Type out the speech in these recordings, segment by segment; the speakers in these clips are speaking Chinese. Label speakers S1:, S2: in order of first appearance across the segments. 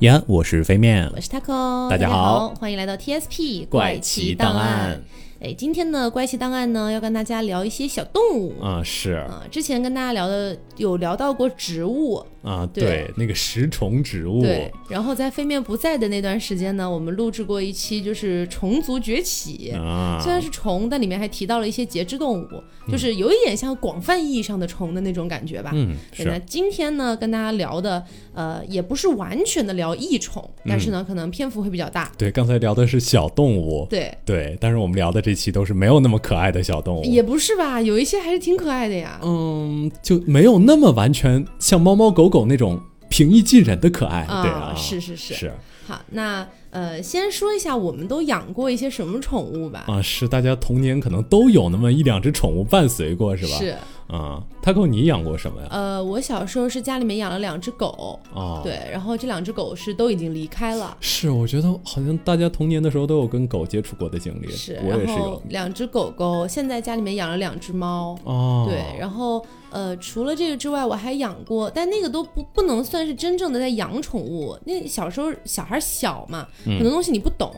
S1: 延安，我是飞面，
S2: 我是 Taco，
S1: 大家好
S2: 家欢迎来到 TSP
S1: 怪奇
S2: 奇
S1: 档
S2: 案
S1: 案。
S2: 哎，今天呢，怪奇档案呢，要跟大家聊一些小动物。
S1: 啊、是
S2: 啊，之前跟大家聊的有聊到过植物，
S1: 啊，
S2: 对
S1: 对，那个食虫植物，
S2: 对。然后在飞面不在的那段时间呢，我们录制过一期就是虫族崛起，
S1: 啊
S2: 虽，然是虫，但里面还提到了一些节肢动物，就是有一点像广泛意义上的虫的那种感觉吧。
S1: 嗯，
S2: 对，那
S1: 是
S2: 今天呢，跟大家聊的，呃，也不是完全的聊益虫，
S1: 嗯
S2: 但是呢，可能篇幅会比较大。
S1: 对，刚才聊的是小动物，
S2: 对，
S1: 对，但是我们聊的这期都是没有那么可爱的小动物，
S2: 也不是吧，有一些还是挺可爱的呀。
S1: 嗯，就没有那么完全像猫猫狗狗那种平易近人的可爱，对啊，
S2: 是是是。
S1: 是
S2: 好，那呃，先说一下我们都养过一些什么宠物吧。
S1: 啊，是大家童年可能都有那么一两只宠物伴随过，是吧？
S2: 是，
S1: 啊，Taco，你养过什么呀？
S2: 呃，我小时候是家里面养了两只狗，
S1: 啊，。
S2: 对，然后这两只狗是都已经离开了。
S1: 是，我觉得好像大家童年的时候都有跟狗接触过的经历，
S2: 是，
S1: 我也
S2: 然
S1: 是有
S2: 后两只狗狗，现在家里面养了两只猫。
S1: 哦，
S2: 对，然后呃，除了这个之外，我还养过，但那个都不不能算是真正的在养宠物。那小时候小孩小嘛，很
S1: 嗯
S2: 多东西你不懂。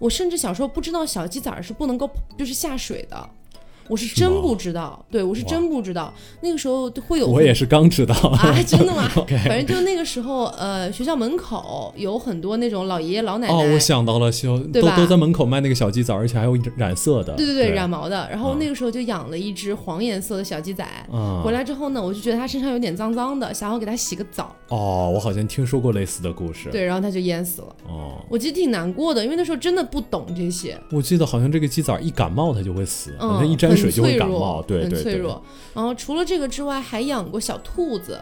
S2: 我甚至小时候不知道小鸡崽儿是不能够就是下水的，我是
S1: 是吗
S2: 真不知道。对，我是真不知道。那个时候会有
S1: 我也是刚知道
S2: 啊，真的吗
S1: OK
S2: 反正就那个时候，呃，学校门口有很多那种老爷爷老奶奶。
S1: 哦，我想到了，小
S2: 对
S1: 都
S2: 吧
S1: 都在门口卖那个小鸡仔，而且还有染色的，
S2: 对对
S1: 对
S2: 对，染毛的。然后
S1: 嗯
S2: 那个时候就养了一只黄颜色的小鸡仔，
S1: 嗯
S2: 回来之后呢，我就觉得它身上有点脏脏的，想要给它洗个澡。
S1: 哦，我好像听说过类似的故事，，
S2: 对，然后它就淹死了。
S1: 哦，
S2: 我其实挺难过的，因为那时候真的不懂这些，
S1: 我记得好像这个鸡仔一感冒它就会死，
S2: 嗯，
S1: 好像一沾水就会感冒，
S2: 很脆
S1: 对对
S2: 弱很脆
S1: 对，
S2: 弱。然后除了这个之外，还养过小兔子，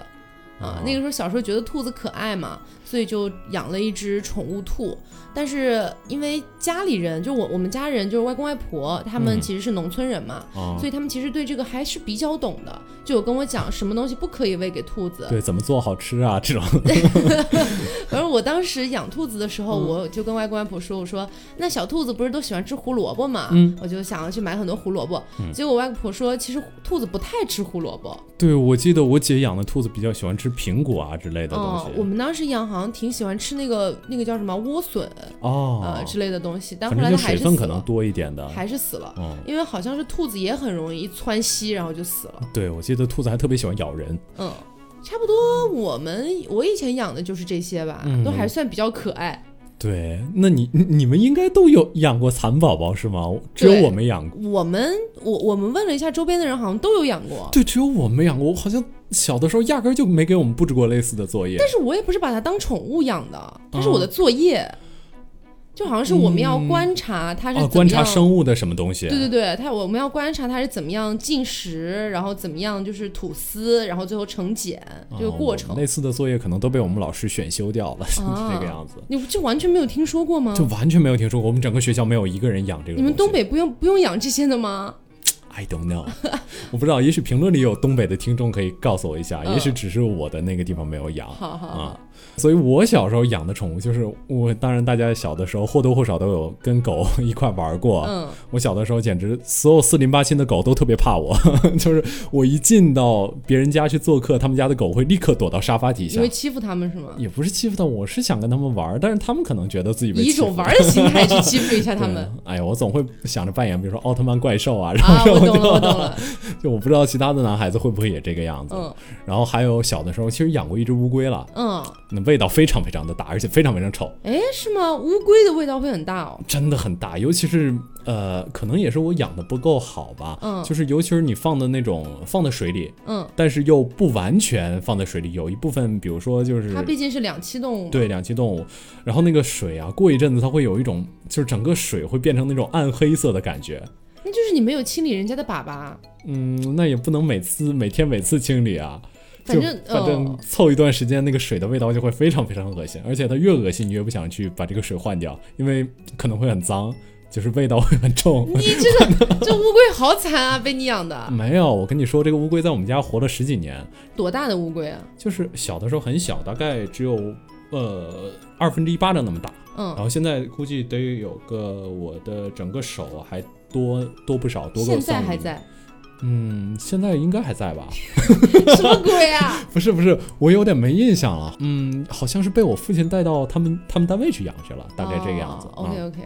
S1: 哦，
S2: 啊那个时候小时候觉得兔子可爱嘛，所以就养了一只宠物兔。但是因为家里人，就我我们家人，就是外公外婆，他们
S1: 嗯
S2: 其实是农村人嘛。
S1: 啊
S2: 所，以他们其实对这个还是比较懂的，就有跟我讲什么东西不可以喂给兔子。
S1: 对，怎么做好吃啊？这种
S2: 而我当时养兔子的时候，
S1: 嗯
S2: 我就跟外公外婆说：“我说那小兔子不是都喜欢吃胡萝卜嘛，
S1: 嗯
S2: 我就想要去买很多胡萝卜。结果我外婆说，其实兔子不太吃胡萝卜。
S1: 对，我记得我姐养的兔子比较喜欢吃苹果啊之类的东
S2: 嗯
S1: 西，，
S2: 我们当时养好像挺喜欢吃那个那个叫什么莴笋
S1: 哦
S2: 呃，之类的东西，但
S1: 反
S2: 后
S1: 正
S2: 来
S1: 就
S2: 它还
S1: 水
S2: 是死
S1: 分可能
S2: 了，
S1: 多一点的，
S2: 还是死了。
S1: 嗯，
S2: 因为好像是兔子也很容易一窜稀，然后就死了。
S1: 对，我记得兔子还特别喜欢咬人，
S2: 嗯，差不多。我们我以前养的就是这些吧，
S1: 嗯
S2: 都还算比较可爱。
S1: 对，那你你你们应该都有养过蚕宝宝是吗？只有
S2: 对
S1: 我没养过。
S2: 我们我我们问了一下周边的人，好像都有养过。
S1: 对，只有我没养过。我好像小的时候压根儿就没给我们布置过类似的作业。
S2: 但是我也不是把它当宠物养的，
S1: 嗯
S2: 它是我的作业，就好像是我们要观察它是怎么
S1: 啊，
S2: 样、
S1: 观察生物的什么东西？啊
S2: 对对对，它我们要观察它是怎么样进食，然后怎么样就是吐丝，然后最后成茧这个
S1: 啊
S2: 过程
S1: 我们。类似的作业可能都被我们老师选修掉了，是
S2: 啊
S1: 这个样子，
S2: 你就完全没有听说过吗
S1: 就？完全没有听说过。我们整个学校没有一个人养这个东西。
S2: 你们东北不用不用养这些的吗？
S1: ？I don't know，我 不知道。也许评论里有东北的听众可以告诉我一下，
S2: 嗯
S1: 也许只是我的那个地方没有养。
S2: 好好好，
S1: 啊。所以我小时候养的宠物就是我，当然大家小的时候或多或少都有跟狗一块玩过。
S2: 嗯，
S1: 我小的时候简直所有四邻八亲的狗都特别怕我， 就是我一进到别人家去做客，他们家的狗会立刻躲到沙发底
S2: 你
S1: 下
S2: 会。欺负他们是吗？
S1: 也不是欺负他们，我是想跟他们玩，但是他们可能觉得自己被
S2: 以一
S1: 欺负
S2: 种玩儿的心态去欺负一下他
S1: 对
S2: 们。
S1: 哎呀，我总会想着扮演，比如说奥特曼怪兽啊，然后
S2: 啊，我懂了，我懂了。
S1: 就我不知道其他的男孩子会不会也这个样子。
S2: 嗯
S1: 然后还有小的时候，其实养过一只乌龟了，
S2: 嗯，
S1: 那味道非常非常的大，而且非常非常臭。
S2: 哎，是吗？乌龟的味道会很大哦。
S1: 真的很大，尤其是呃，可能也是我养的不够好吧，
S2: 嗯
S1: 就是尤其是你放的那种放在水里，
S2: 嗯，
S1: 但是又不完全放在水里，有一部分，比如说就是
S2: 它毕竟是两栖动物嘛。
S1: 对两栖动物，然后那个水啊，过一阵子它会有一种就是整个水会变成那种暗黑色的感觉，
S2: 那就是你没有清理人家的粑粑，
S1: 嗯，那也不能每次每天每次清理啊。
S2: 反
S1: 就
S2: 正
S1: 反正
S2: 哦
S1: 凑一段时间，那个水的味道就会非常非常恶心，而且它越恶心，你越不想去把这个水换掉，因为可能会很脏，就是味道会很重。
S2: 你这个这乌龟好惨啊， 被你养的，
S1: 没有，我跟你说，这个乌龟在我们家活了十几年，
S2: 多大的乌龟啊？
S1: 就是小的时候很小，大概只有呃二分之一巴掌那么大，然
S2: 嗯，
S1: 后现在估计得有个我的整个手还多多不少，多个
S2: 现
S1: 三
S2: 在
S1: 厘
S2: 还
S1: 米。
S2: 在，
S1: 嗯，现在应该还在吧？
S2: 什么鬼啊？
S1: 不是不是，我有点没印象了。嗯，好像是被我父亲带到他们他们单位去养去了， 大概这个样子。
S2: 哦 OK
S1: 嗯
S2: OK，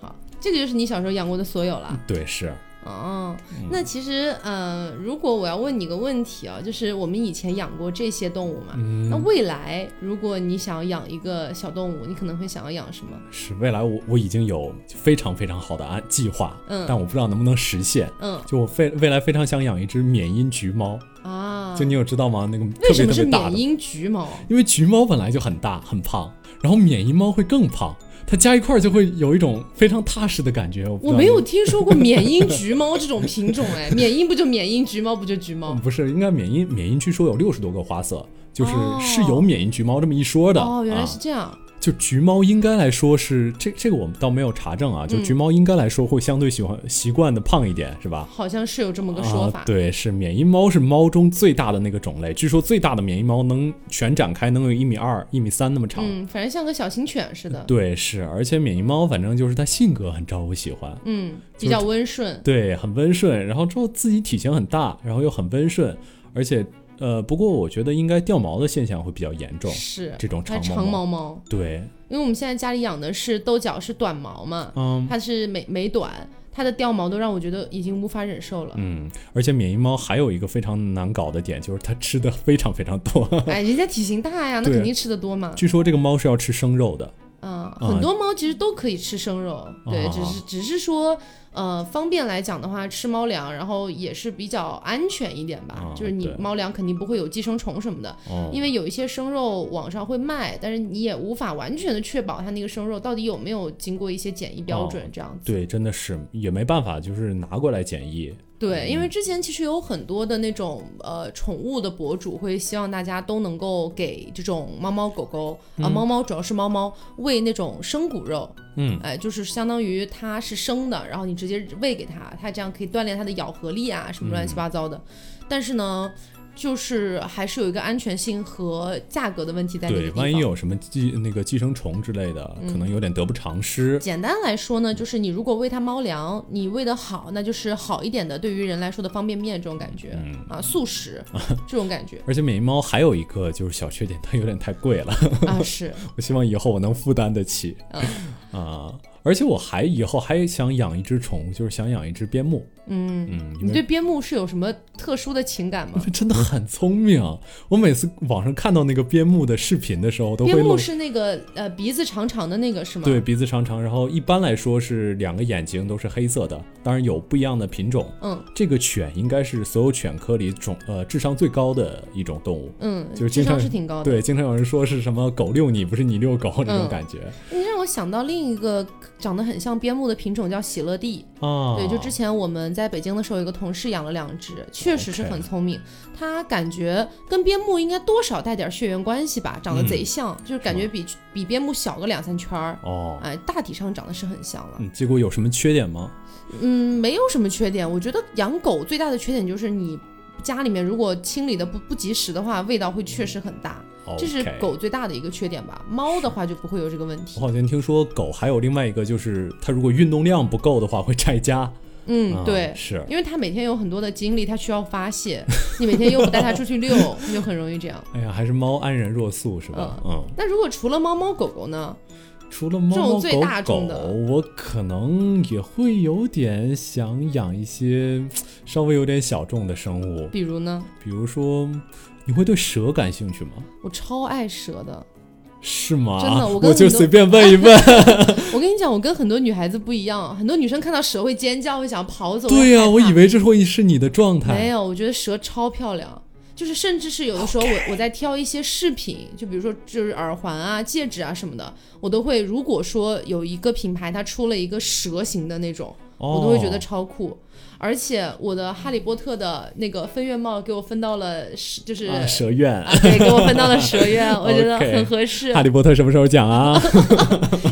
S2: 好，这个就是你小时候养过的所有了。
S1: 对，是，
S2: 哦，
S1: 嗯
S2: 那其实，呃，如果我要问你个问题啊，就是我们以前养过这些动物嘛，
S1: 嗯
S2: 那未来如果你想要养一个小动物，你可能会想要养什么？
S1: 是未来我我已经有非常非常好的安计划，
S2: 嗯
S1: 但我不知道能不能实现。
S2: 嗯
S1: 就我非未来非常想养一只缅因橘猫，
S2: 啊
S1: 就，你有知道吗？那个
S2: 为
S1: 特
S2: 什
S1: 别
S2: 么
S1: 特
S2: 是
S1: 别大
S2: 缅
S1: 的，
S2: 因橘猫？
S1: 因为橘猫本来就很大很胖，然后缅因猫会更胖，它加一块儿就会有一种非常踏实的感觉。我不知
S2: 我
S1: 道
S2: 没
S1: 你
S2: 有听说过缅因橘 猫这种品种，哎，缅因不就缅因，橘猫不就橘猫
S1: 嗯，？不是，应该缅因缅因据说有六十多个花色，就是
S2: 哦
S1: 是有缅因橘猫这么一说的。
S2: 哦，原来是
S1: 啊、
S2: 这样，
S1: 就橘猫应该来说是这这个我们倒没有查证啊，就
S2: 嗯
S1: 橘猫应该来说会相对喜欢习惯的胖一点，是吧？
S2: 好像是有这么个说
S1: 啊
S2: 法，。
S1: 对，是缅因猫是猫中最大的那个种类，据说最大的缅因猫能全展开能有一米二、一米三那么长。
S2: 嗯，反正像个小型犬似的，
S1: 对，是，而且缅因猫反正就是它性格很招我喜欢，
S2: 嗯，
S1: 就是
S2: 比较温顺。
S1: 对，很温顺，然后之后自己体型很大，然后又很温顺，而且呃，不过我觉得应该掉毛的现象会比较严重。
S2: 是
S1: 这种
S2: 它
S1: 长毛
S2: 长
S1: 猫
S2: 毛猫，
S1: 对，
S2: 因为我们现在家里养的是豆角，是短毛嘛，
S1: 嗯
S2: 它是美美短，它的掉毛都让我觉得已经无法忍受了。
S1: 嗯，而且缅因猫还有一个非常难搞的点，就是它吃的非常非常多。
S2: 哎，人家体型大呀，那
S1: 对
S2: 肯定吃的多嘛。
S1: 据说这个猫是要吃生肉的，
S2: 啊，
S1: 啊
S2: 很多猫其实都可以吃生肉，对，
S1: 啊
S2: 只是只是说，呃，方便来讲的话，吃猫粮，然后也是比较安全一点吧。
S1: 啊
S2: 就是你
S1: 对
S2: 猫粮肯定不会有寄生虫什么的，
S1: 哦，
S2: 因为有一些生肉网上会卖，但是你也无法完全的确保它那个生肉到底有没有经过一些检疫标准
S1: 哦
S2: 这样子。
S1: 对，真的是也没办法，就是拿过来检疫。
S2: 对，因为之前其实有很多的那种呃宠物的博主会希望大家都能够给这种猫猫狗狗啊、猫猫主要是猫猫喂那种生骨肉，
S1: 嗯，
S2: 哎、就是相当于它是生的，然后你直接喂给它，它这样可以锻炼它的咬合力啊，什么乱
S1: 嗯
S2: 七八糟的。但是呢，就是还是有一个安全性和价格的问题在那个
S1: 对
S2: 地，方。嗯
S1: 万一有什么寄那个寄生虫之类的，可能有点得不偿失。
S2: 简单来说呢，就是你如果喂它猫粮，你喂得好，那就是好一点的，对于人来说的方便面这种感觉、
S1: 嗯
S2: 啊，素食 这种感觉
S1: 而且缅因猫还有一个就是小缺点，它有点太贵了。
S2: 啊，是
S1: 我希望以后我能负担得起。
S2: 嗯
S1: 啊、而且我还以后还想养一只宠物，就是想养一只边牧。
S2: 嗯。
S1: 嗯，因
S2: 你
S1: 为
S2: 对边牧是有什么特殊的情感吗
S1: 它？真的很聪明。我每次网上看到那个边牧的视频的时 候，都会
S2: 边牧
S1: 露
S2: 是那个呃鼻子长长的那个是吗？
S1: 对，鼻子长长，然后一般来说是两个眼睛都是黑色的，当然有不一样的品种。
S2: 嗯
S1: 这个犬应该是所有犬科里种呃智商最高的一种动物。
S2: 嗯，
S1: 就是
S2: 智
S1: 经常
S2: 商是挺高的。
S1: 对，经常有人说是什么狗遛你，不是你遛狗这种
S2: 嗯
S1: 感觉、
S2: 你让我想到另一个长得很像边牧的品种叫喜乐蒂，
S1: 啊。
S2: 对，就之前我们在北京的时候，有一个同事养了两只，确实是
S1: OK
S2: 很聪明。它感觉跟边牧应该多少带点血缘关系吧，长得贼像，
S1: 嗯
S2: 就是感觉比比边牧小个两三圈儿。
S1: 哦，
S2: 哎，大体上长得是很像了，
S1: 嗯，结果有什么缺点吗？
S2: 嗯，没有什么缺点。我觉得养狗最大的缺点就是你家里面如果清理的不不及时的话，味道会确实很大，这是
S1: 嗯 OK
S2: 狗最大的一个缺点吧。猫的话就不会有这个问题
S1: 我。好像听说狗还有另外一个，就是它如果运动量不够的话会拆家。
S2: 嗯，
S1: 啊
S2: 对，
S1: 是。
S2: 因为它每天有很多的精力，它需要发泄，你每天又不带它出 去遛，它就很容易这样。
S1: 哎呀，还是猫安然若素是吧？嗯，
S2: 那如果除了猫猫狗狗呢？
S1: 除了猫
S2: 这种
S1: 猫
S2: 最
S1: 狗
S2: 大
S1: 狗
S2: 众的，
S1: 我可能也会有点想养一些稍微有点小众的生物，
S2: 比如呢？
S1: 比如说，你会对蛇感兴趣吗？
S2: 我超爱蛇的。
S1: 是吗？
S2: 真的我
S1: 我
S2: 跟
S1: 就
S2: 很多
S1: 随便问一问。
S2: 我跟你讲，我跟很多女孩子不一样，很多女生看到蛇会尖叫，会想要跑走。
S1: 对呀、
S2: 呀、
S1: 我以为这会是你的状
S2: 没
S1: 态。
S2: 有，我觉得蛇超漂亮。就是，甚至是有的时候我，我在挑一些饰品，就比如说就是耳环啊、戒指啊什么的，我都会。如果说有一个品牌它出了一个蛇形的那种，
S1: 哦
S2: 我都会觉得超酷。而且我的《哈利波特》的那个分院帽给我分到了是，就是、
S1: 啊，蛇院。
S2: 啊对，给我分到了 蛇院，我觉得
S1: OK
S2: 很合适
S1: 哈利波特什么时候讲 啊？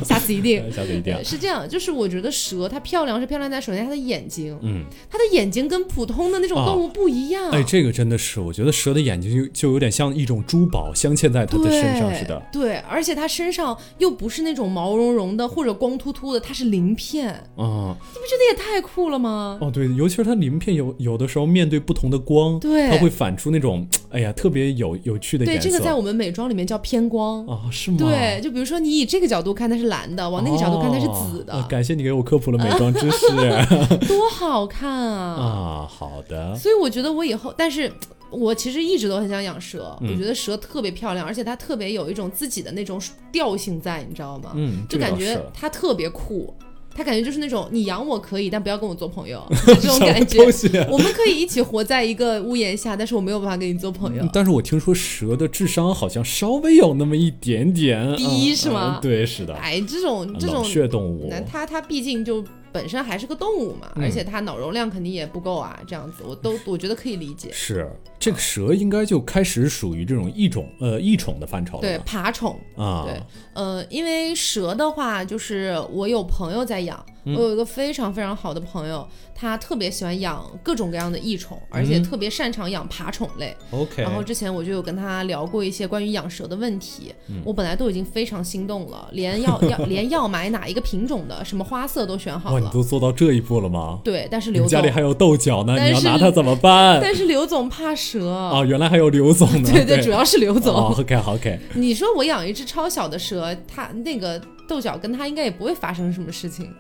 S2: 下次一定。
S1: 下次一定
S2: 对，。是这样，就是我觉得蛇它漂亮是漂亮在首先它的眼睛，
S1: 嗯，
S2: 它的眼睛跟普通的那种
S1: 啊
S2: 动物不一样，
S1: 哎，这个真的是，我觉得蛇的眼睛就就有点像一种珠宝镶嵌在它的身上似的。
S2: 对，而且它身上又不是那种毛茸茸的或者光秃秃的，它是鳞片，
S1: 嗯，
S2: 你不觉得也太酷了吗？
S1: 哦，对，尤其是它鳞片有有的时候面对不同的光，
S2: 对
S1: 它会反出那种哎呀特别有有趣的
S2: 对，
S1: 颜色。
S2: 这个在我们美妆里面叫偏光。
S1: 啊是吗？
S2: 对，就比如说你以这个角度看它是蓝的，往那个角度看它是紫的，
S1: 哦呃感谢你给我科普了美妆知 识
S2: 多好看啊！
S1: 啊，好的，
S2: 所以我觉得我以后，但是我其实一直都很想养蛇，
S1: 嗯
S2: 我觉得蛇特别漂亮，而且它特别有一种自己的那种调性在，你知道吗？
S1: 嗯，这
S2: 就
S1: 个
S2: 感
S1: 倒是
S2: 觉它特别酷，它感觉就是那种你养我可以，但不要跟我做朋 友就这种感
S1: 什么
S2: 觉
S1: 东。 西啊
S2: 我们可以一起活在一个屋檐下，但是我没有办法跟你做朋友
S1: 嗯。但是我听说蛇的智商好像稍微有那么一点点
S2: 低
S1: 嗯
S2: 是吗
S1: 嗯对，是的，
S2: 哎，这种这
S1: 啊冷
S2: 种
S1: 血动物
S2: 那它它毕竟就本身还是个动物嘛，
S1: 嗯
S2: 而且它脑容量肯定也不够啊，这样子 我都我觉得可以理解。
S1: 是这个蛇应该就开始属于这种异种呃异宠的范畴
S2: 对
S1: 了吧
S2: 爬宠，
S1: 啊，
S2: 对呃，因为蛇的话，就是我有朋友在养，
S1: 嗯
S2: 我有一个非常非常好的朋友，他特别喜欢养各种各样的异宠，而且
S1: 嗯
S2: 特别擅长养爬宠类。
S1: OK，
S2: 然后之前我就有跟他聊过一些关于养蛇的问题，
S1: 嗯
S2: 我本来都已经非常心动了，连要要连要买哪一个品种的，什么花色都选好
S1: 哇，你
S2: 了。
S1: 都做到这一步了吗？
S2: 对，但是
S1: 你
S2: 刘
S1: 们家
S2: 总
S1: 里，还有豆角呢，
S2: 但
S1: 你要
S2: 是
S1: 拿它怎么办？
S2: 但是刘总怕蛇。
S1: 啊，原来还有刘总呢，
S2: 对
S1: 对，
S2: 主要是刘总。
S1: 哦 OK OK，
S2: 你说我养一只超小的蛇，它那个豆角跟它应该也不会发生什么事情。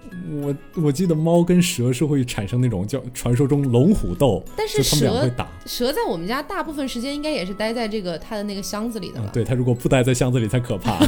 S1: 我我记得猫跟蛇是会产生那种叫传说中龙虎斗，
S2: 但是
S1: 就它们俩
S2: 蛇
S1: 会打。
S2: 蛇在我们家大部分时间应该也是待在这个它的那个箱子里的
S1: 啊
S2: 吧，，
S1: 对，它如果不待在箱子里才可 怕。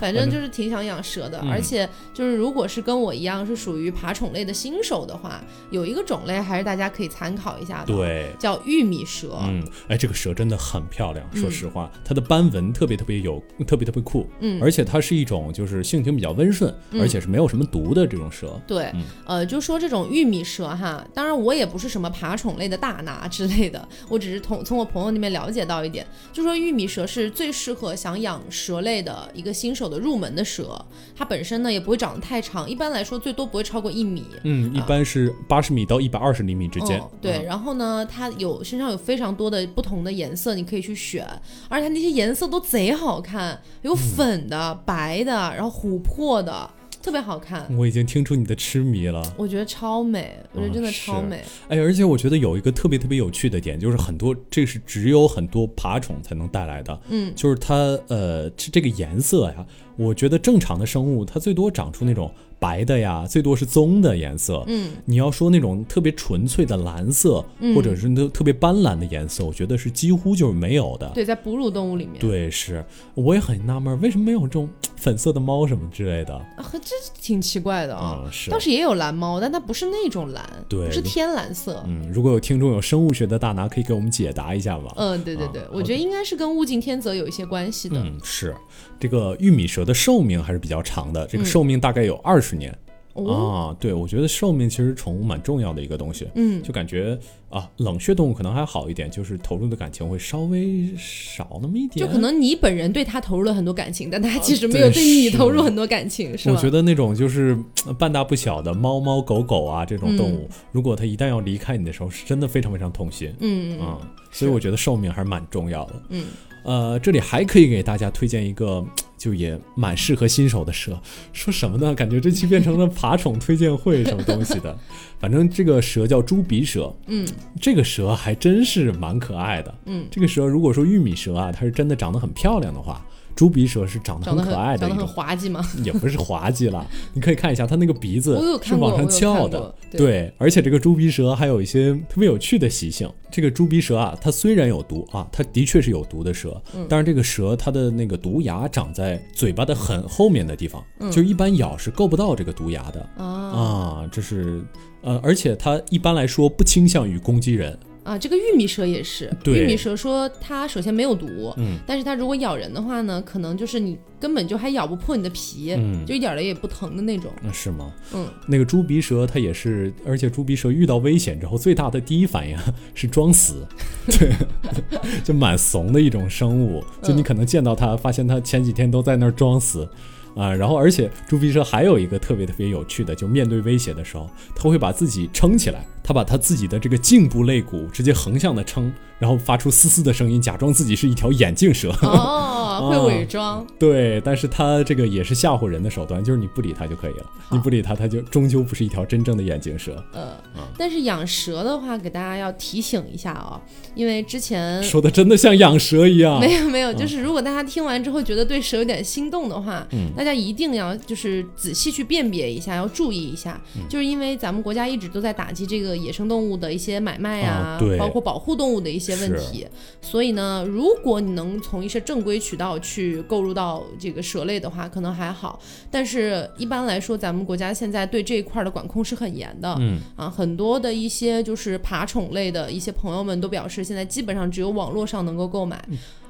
S2: 反正就是挺想养蛇的，
S1: 嗯
S2: 而且就是如果是跟我一样是属于爬宠类的新手的话，有一个种类还是大家可以参考一下的，，
S1: 对，
S2: 叫玉米蛇。
S1: 嗯，哎，这个蛇真的很漂亮，说
S2: 哦嗯
S1: 实话，它的斑纹特别特别有，特别特别酷，
S2: 嗯
S1: 而且它是一种就是性情比较温顺，
S2: 嗯
S1: 而且是没有什么毒的这种蛇。
S2: 对，呃，就说这种玉米蛇哈，当然我也不是什么爬宠类的大拿之类的， 我只是从从我朋友那边了解到一点，就说玉米蛇是最适合想养蛇类的一个新手的入门的蛇，它本身呢也不会长得太长，一般来说最多不会超过一米。
S1: 嗯，一
S2: 啊
S1: 般是八十米到一百二十厘米之间。
S2: 嗯、对，然后呢，它有身上有非常多的不同的颜色，你可以去选，而且它那些颜色都贼好看，有粉的、白的，然后琥珀的，特别好看，
S1: 嗯，我已经听出你的痴迷了。
S2: 我觉得超美，我觉得真的超
S1: 是
S2: 美。
S1: 哎，而且我觉得有一个特别特别有趣的点，就是很多这是只有很多爬虫才能带来的，
S2: 嗯，
S1: 就是它呃这这个颜色呀，我觉得正常的生物它最多长出那种白的呀，最多是棕的颜色。
S2: 嗯，
S1: 你要说那种特别纯粹的蓝色，或者是那特别斑斓的颜色，我觉得是几乎就是没有的。
S2: 对，在哺乳动物里面，
S1: 对，是，我也很纳闷儿，为什么没有这种粉色的猫什么之类的
S2: 啊，和这挺奇怪的啊。
S1: 啊、是
S2: 倒。是也有蓝猫，但它不是那种蓝，
S1: 对
S2: 不是天蓝色。
S1: 嗯，如果有听众有生物学的大拿，可以给我们解答一下吗？
S2: 嗯，对对对
S1: 啊，
S2: 我觉得应该是跟物竞天择有一些关系的。
S1: 嗯，是这个玉米蛇的寿命还是比较长的，这个
S2: 嗯
S1: 寿命大概有二十年、
S2: 哦，
S1: 啊。对，我觉得寿命其实宠物蛮重要的一个东西，
S2: 嗯，
S1: 就感觉啊，冷血动物可能还好一点，就是投入的感情会稍微少那么一点。
S2: 就可能你本人对它投入了很多感情，但它其实没
S1: 啊
S2: 有
S1: 对
S2: 对你
S1: 是
S2: 投入很多感情，是
S1: 我
S2: 吧
S1: 觉？得那种就是呃半大不小的猫猫狗狗啊，这种动物，如果它一旦要离开你的时候，是真的非常非常痛心。
S2: 嗯嗯
S1: 嗯，所以我觉得寿命还是蛮重要的。
S2: 嗯，
S1: 呃，这里还可以给大家推荐一个，就也蛮适合新手的蛇。说什么呢？感觉这期变成了爬宠推荐会什么东西 的。反正这个蛇叫猪鼻蛇，
S2: 嗯，
S1: 这个蛇还真是蛮可爱的。
S2: 嗯，
S1: 这个蛇如果说玉米蛇啊，它是真的长得很漂亮的话，猪鼻蛇是长得
S2: 长
S1: 很
S2: 得
S1: 可爱的
S2: 很长
S1: 一种
S2: 得很滑稽嘛。
S1: 也不是滑稽了，你可以看一下它那个鼻子
S2: 我有
S1: 是
S2: 看过
S1: 往上翘
S2: 我有
S1: 的
S2: 看，过对
S1: 对，而且这个猪鼻蛇还有一些特别有趣的习性。这个猪鼻蛇啊，它虽然有毒啊，它的确是有毒的蛇，
S2: 嗯
S1: 但是这个蛇它的那个毒牙长在嘴巴的很后面的地方，
S2: 嗯
S1: 就是一般咬是够不到这个毒牙的
S2: 啊
S1: 啊。这是呃，而且它一般来说不倾向于攻击人，
S2: 啊，这个玉米蛇也是，
S1: 对
S2: 玉米蛇说它首先没有毒，
S1: 嗯
S2: 但是它如果咬人的话呢，可能就是你根本就还咬不破你的皮，
S1: 嗯
S2: 就一点儿了也不疼的 那种。
S1: 那是吗？
S2: 嗯，
S1: 那个猪鼻蛇它也是，而且猪鼻蛇遇到危险之后，最大的第一反应啊是装 死，对， 就蛮怂的一种生物。
S2: 嗯
S1: 就你可能见到它，发现它前几天都在那儿装死。啊、然后而且猪鼻蛇还有一个特别特别有趣的，就面对威胁的时候，它会把自己撑起来，它把它自己的这个颈部肋骨直接横向的撑，然后发出嘶嘶的声音，假装自己是一条眼镜蛇。
S2: 哦，啊，会伪装。
S1: 对，但是它这个也是吓唬人的手段，就是你不理它就可以了，你不理它，它就终究不是一条真正的眼镜蛇。
S2: 呃，但是养蛇的话，给大家要提醒一下哦，因为之前
S1: 说的真的像养蛇一 样，
S2: 没有没有，就是如果大家听完之后觉得对蛇有点心动的话，
S1: 嗯
S2: 大家一定要就是仔细去辨别一下，要注意一下，
S1: 嗯
S2: 就是因为咱们国家一直都在打击这个野生动物的一些买卖
S1: 啊
S2: 啊，
S1: 对
S2: 包括保护动物的一些问题。所以呢，如果你能从一些正规渠道去购入到这个蛇类的话，可能还好。但是一般来说，咱们国家现在对这一块儿的管控是很严的。
S1: 嗯
S2: 啊，很多的一些就是爬宠类的一些朋友们都表示，现在基本上只有网络上能够购
S1: 嗯
S2: 买。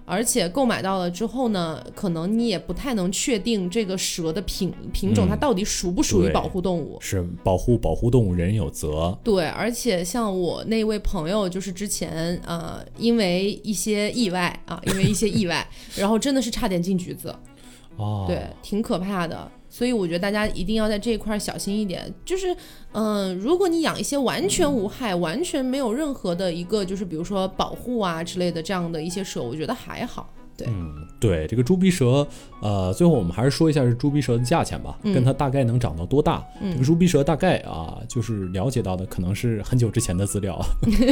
S2: 而且购买到了之后呢，可能你也不太能确定这个蛇的品品
S1: 嗯
S2: 种，它到底属不属于
S1: 对
S2: 保护动物。
S1: 是保护保护动物人有责，
S2: 对，而且像我那位朋友，就是之前呃，因为一些意外啊，因为一些意外， 然后真的是差点进局子，
S1: 哦，
S2: 对，挺可怕的。所以我觉得大家一定要在这一块儿小心一点。就是，嗯、如果你养一些完全无害、完全没有任何的一个就是比如说保护啊之类的这样的一些蛇，我觉得还好。对，
S1: 对这个猪鼻蛇，呃，最后我们还是说一下是猪鼻蛇的价钱吧，跟它大概能长到多大。这个猪鼻蛇大概啊，就是了解到的可能是很久之前的资料，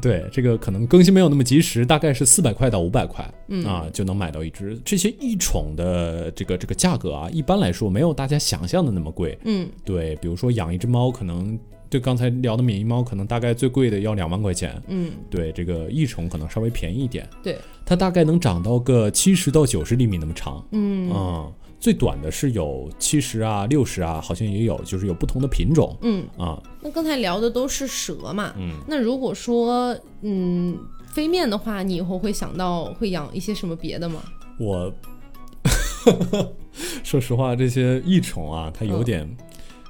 S1: 对，这个可能更新没有那么及时，大概是四百块到五百块，啊就能买到一只。这些异宠的这个这个价格啊，一般来说没有大家想象的那么贵。
S2: 嗯，
S1: 对，比如说养一只猫，可能对刚才聊的免疫猫，可能大概最贵的要两万块钱。
S2: 嗯，
S1: 对，这个异宠可能稍微便宜一点。
S2: 对，
S1: 它大概能长到个七十到九十厘米那么长。
S2: 嗯
S1: 嗯，最短的是有七十啊、六十啊，好像也有，就是有不同的品种
S2: 嗯。
S1: 啊。
S2: 那刚才聊的都是蛇嘛，那如果说嗯飞面的话，你以后会想到会养一些什么别的吗？
S1: 我 说实话，这些异宠啊，它有点，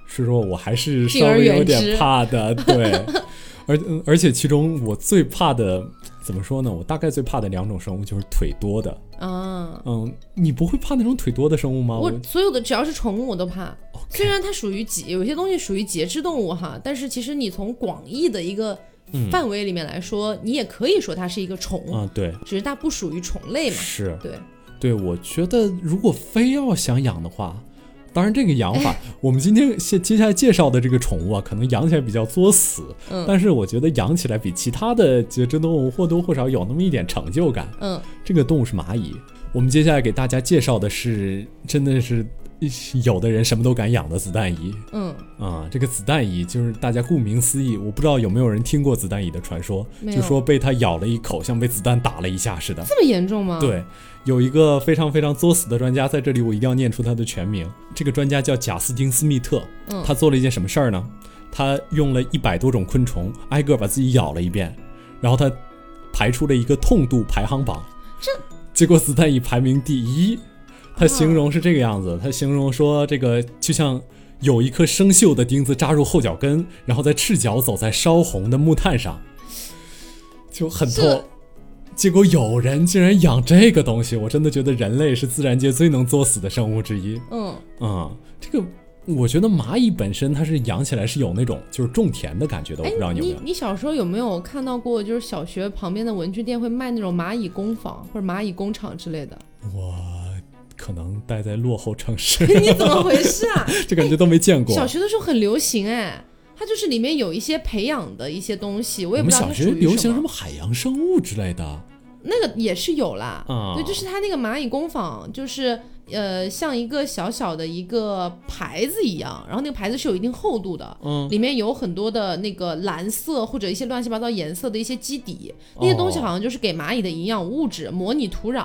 S1: 是说我还是
S2: 嗯敬
S1: 稍
S2: 而
S1: 微有
S2: 远
S1: 点
S2: 之
S1: 怕 的，对。而嗯而且其中我最怕的，怎么说呢？我大概最怕的两种生物就是腿多的。
S2: 啊，
S1: 嗯，你不会怕那种腿多的生物吗？
S2: 我所有的只要是宠物我都怕，虽然它属于节，有些东西属于节肢动物哈，但是其实你从广义的一个
S1: 嗯
S2: 范围里面来说，你也可以说它是一个宠，
S1: 啊、对，
S2: 只是它不属于宠类嘛。
S1: 是。
S2: 对，
S1: 对，我觉得如果非要想养的话，当然这个养法，我们今天接接下来介绍的这个宠物啊，可能养起来比较作死，
S2: 嗯
S1: 但是我觉得养起来比其他的节肢动物或多或少有那么一点成就感。
S2: 嗯，
S1: 这个动物是蚂蚁，我们接下来给大家介绍的是，真的是有的人什么都敢养的子弹蚁。
S2: 嗯，
S1: 啊、这个子弹蚁就是大家顾名思义，我不知道有没有人听过子弹蚁的传说，
S2: 没
S1: 就
S2: 有
S1: 说被它咬了一口，像被子弹打了一下似的。
S2: 这么严重吗？，
S1: 对，有一个非常非常作死的专家，在这里我一定要念出他的全名。这个专家叫贾斯汀·斯密特，
S2: 嗯
S1: 他做了一件什么事儿呢？他用了一百多种昆虫，挨个把自己咬了一遍，然后他排出了一个痛度排行榜，这结果子弹蚁排名第一。他形容是这个样
S2: 啊
S1: 子，他形容说这个就像。有一颗生锈的钉子扎入后脚跟，然后再赤脚走在烧红的木炭上，就很痛
S2: 这。
S1: 结果有人竟然养这个东西，我真的觉得人类是自然界最能作死的生物之一。
S2: 嗯，
S1: 嗯，这个我觉得蚂蚁本身它是养起来是有那种就是种田的感觉的，我
S2: 哎
S1: 不知道，你有没
S2: 你
S1: 有。
S2: 你小时候有没有看到过，就是小学旁边的文具店会卖那种蚂蚁工坊或者蚂蚁工厂之 类的？
S1: 哎我可能待在落后城市，
S2: 你怎么回事啊？
S1: 这感觉都没见过。
S2: 小学的时候很流行哎，它就是里面有一些培养的一些东西，我
S1: 我
S2: 也不
S1: 们
S2: 知
S1: 小
S2: 道它
S1: 学
S2: 属于
S1: 流行
S2: 什
S1: 什么海洋生物之类的，
S2: 那个也是有啦，
S1: 啊
S2: 对，就是它那个蚂蚁工坊，就是呃，像一个小小的一个牌子一样，然后那个牌子是有一定厚度的，
S1: 嗯，
S2: 里面有很多的那个蓝色或者一些乱七八糟颜色的一些基底，那些东西
S1: 哦
S2: 好像就是给蚂蚁的营养物质，模拟土壤。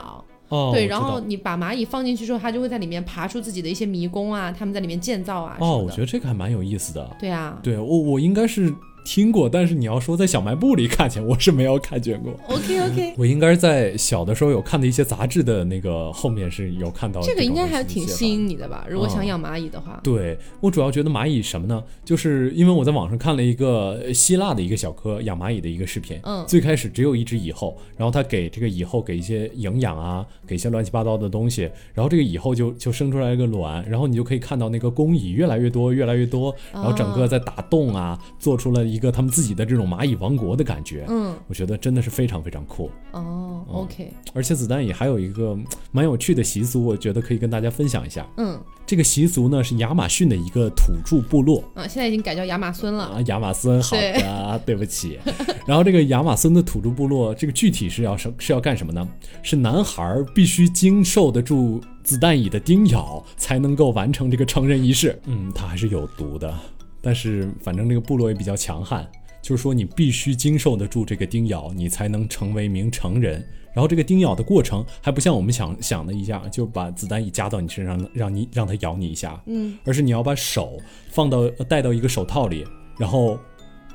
S1: 哦，我
S2: 对，
S1: 知
S2: 然
S1: 道
S2: 后你把蚂蚁放进去之后，它就会在里面爬出自己的一些迷宫啊，它们在里面建造啊什
S1: 哦，
S2: 么
S1: 我
S2: 的。
S1: 觉得这个还蛮有意思的。
S2: 对啊
S1: 对我，我应该是听过，但是你要说在小卖部里看见，我是没有看见过。
S2: ，OK OK，
S1: 我应该是在小的时候有看的一些杂志的那个后面是有看到
S2: 这个
S1: 种
S2: 应该还
S1: 信息
S2: 挺
S1: 介绍
S2: 吸。引你的吧？如果
S1: 嗯
S2: 想养蚂蚁的话，
S1: 对我主要觉得蚂蚁什么呢？就是因为我在网上看了一个呃希腊的一个小哥养蚂蚁的一个视频，
S2: 嗯
S1: 最开始只有一只蚁后，然后他给这个蚁后给一些营养啊，给一些乱七八糟的东西，然后这个蚁后就就生出来一个卵，然后你就可以看到那个公蚁越来越多，越来越多，然后整个在打洞啊，做出了一个他们自己的这种蚂蚁王国的感觉。
S2: 嗯，
S1: 我觉得真的是非常非常酷，
S2: 哦
S1: 嗯
S2: ，OK，
S1: 而且子弹也还有一个嗯蛮有趣的习俗，我觉得可以跟大家分享一下。
S2: 嗯，
S1: 这个习俗呢是亚马逊的一个土著部落，
S2: 啊，现在已经改叫亚马孙了，
S1: 啊，亚马孙，好
S2: 对
S1: 的，啊 对不起。然后这个亚马孙的土著部落，这个具体是要什是要干什么呢？是男孩儿必须经受得住子弹蚁的叮咬，才能够完成这个成人仪式。嗯，它还是有毒的，但是反正这个部落也比较强悍，就是说你必须经受得住这个叮咬，你才能成为名成人。然后这个叮咬的过程还不像我们想想的一样，就把子弹蚁夹到你身上，让你让它咬你一下，
S2: 嗯，
S1: 而是你要把手放到呃戴到一个手套里，然后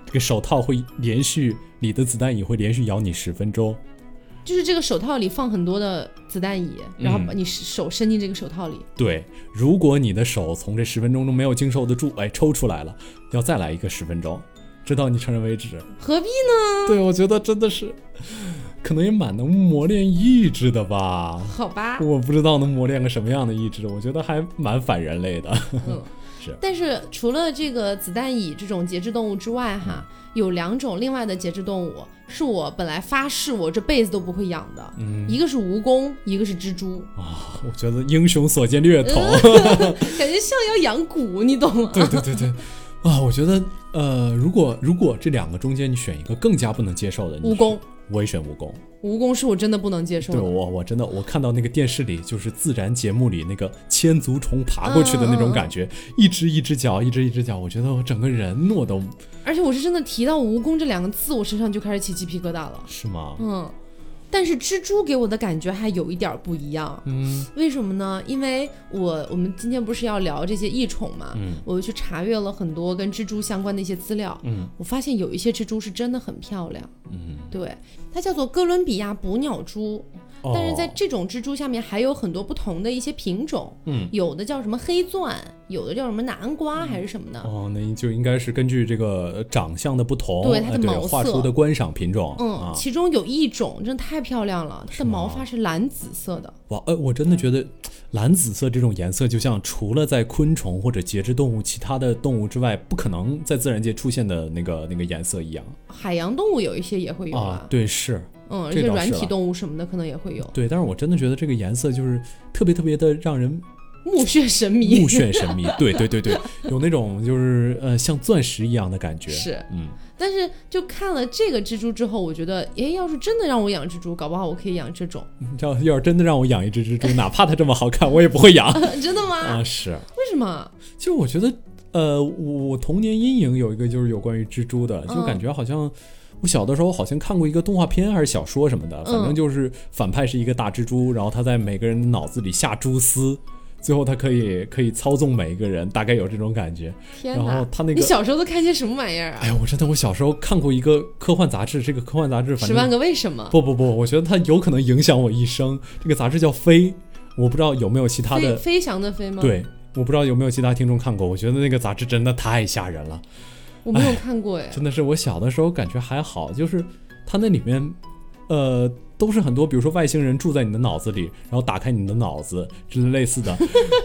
S1: 这个手套会连续里的子弹蚁会连续咬你十分钟。
S2: 就是这个手套里放很多的子弹蚁，然后把
S1: 嗯
S2: 你手伸进这个手套里，
S1: 对，如果你的手从这十分钟中没有经受得住，哎，抽出来了，要再来一个十分钟，直到你承认为止。
S2: 何必呢？
S1: 对，我觉得真的是，可能也蛮能磨练意志的吧。
S2: 好吧，
S1: 我不知道能磨练个什么样的意志，我觉得还蛮反人类的。
S2: 嗯
S1: 是。
S2: 但是除了这个子弹蚁这种节肢动物之外，哈，有两种另外的节肢动物是我本来发誓我这辈子都不会养的，
S1: 嗯
S2: 一个是蜈蚣，一个是蜘 蛛，
S1: 我觉得英雄所见略同。
S2: 嗯感觉像要养蛊，你懂吗？
S1: 对对对对，啊，我觉得呃，如果如果这两个中间你选一个更加不能接受的，你
S2: 蜈蚣
S1: 选，我也选蜈蚣。
S2: 蜈蚣是我真的不能接受
S1: 对哦
S2: 的。
S1: 我我真的我看到那个电视里就是自然节目里那个千足虫爬过去的那种感
S2: 嗯
S1: 觉，一只一只脚，一只一只脚，我觉得我整个人我都
S2: 而且我是真的提到蜈蚣这两个字，我身上就开始起鸡皮疙瘩了。
S1: 是吗？
S2: 嗯，但是蜘蛛给我的感觉还有一点儿不一样。
S1: 嗯
S2: 为什么呢？因为我我们今天不是要聊这些异宠嘛，
S1: 嗯
S2: 我又去查阅了很多跟蜘蛛相关的一些资料，
S1: 嗯
S2: 我发现有一些蜘蛛是真的很漂亮，
S1: 嗯，
S2: 对，它叫做哥伦比亚捕鸟蛛，
S1: 哦
S2: 嗯但是在这种蜘蛛下面还有很多不同的一些品种，
S1: 嗯
S2: 有的叫什么黑钻，有的叫什么南瓜还是什么的，
S1: 哦，那就应该是根据这个长相的不同，
S2: 对它的
S1: 哎对
S2: 毛色
S1: 画出的观赏品种，
S2: 嗯，
S1: 啊，
S2: 其中有一种真的太漂亮了，它的毛发是蓝紫色的，
S1: 哇，哎，我真的觉得蓝紫色这种颜色，就像除了在昆虫或者节肢动物、其他的动物之外，不可能在自然界出现的那个那个颜色一样
S2: 海洋动物有一些也会有
S1: 啊。，对，是
S2: 嗯，而
S1: 这
S2: 且
S1: 倒
S2: 软
S1: 是
S2: 体
S1: 了
S2: 动物什么的可能也会有，
S1: 对，但是我真的觉得这个颜色就是特别特别的让人
S2: 目眩 神迷，
S1: 目 眩神迷。对对对对，有那种就是呃像钻石一样的感觉。
S2: 是，
S1: 嗯，
S2: 但是就看了这个蜘蛛之后，我觉得，哎，要是真的让我养蜘蛛，搞不好我可以养这种，
S1: 你知道，要是真的让我养一只蜘蛛，哪怕它这么好看，我也不会 养
S2: 真的吗？
S1: 啊。是。
S2: 为什么？
S1: 其实我觉得，呃，我我童年阴影有一个就是有关于蜘蛛的，就
S2: 嗯
S1: 感觉好像。我小的时候好像看过一个动画片还是小说什么的，反正
S2: 嗯
S1: 就是反派是一个大蜘蛛，然后他在每个人的脑子里下蛛丝，最后他可以可以操纵每一个人，大概有这种感觉。
S2: 天
S1: 然
S2: 哪
S1: 后！他那
S2: 你
S1: 个，
S2: 小时候都看些什么玩意儿啊
S1: 哎？呀，我真的我小时候看过一个科幻杂志，这个科幻杂志反
S2: 十万
S1: 正
S2: 个为什 么？
S1: 不不不，我觉得它有可能影响我一生。这个杂志叫《飞》，我不知道有没有其他
S2: 飞
S1: 的
S2: 飞翔的飞吗？，
S1: 对，我不知道有没有其他听众看过，我觉得那个杂志真的太吓人了，
S2: 我没有看过哎。
S1: 真的是我小的时候感觉还好，就是它那里面，呃，都是很多，比如说外星人住在你的脑子里，然后打开你的脑子之类类似 的。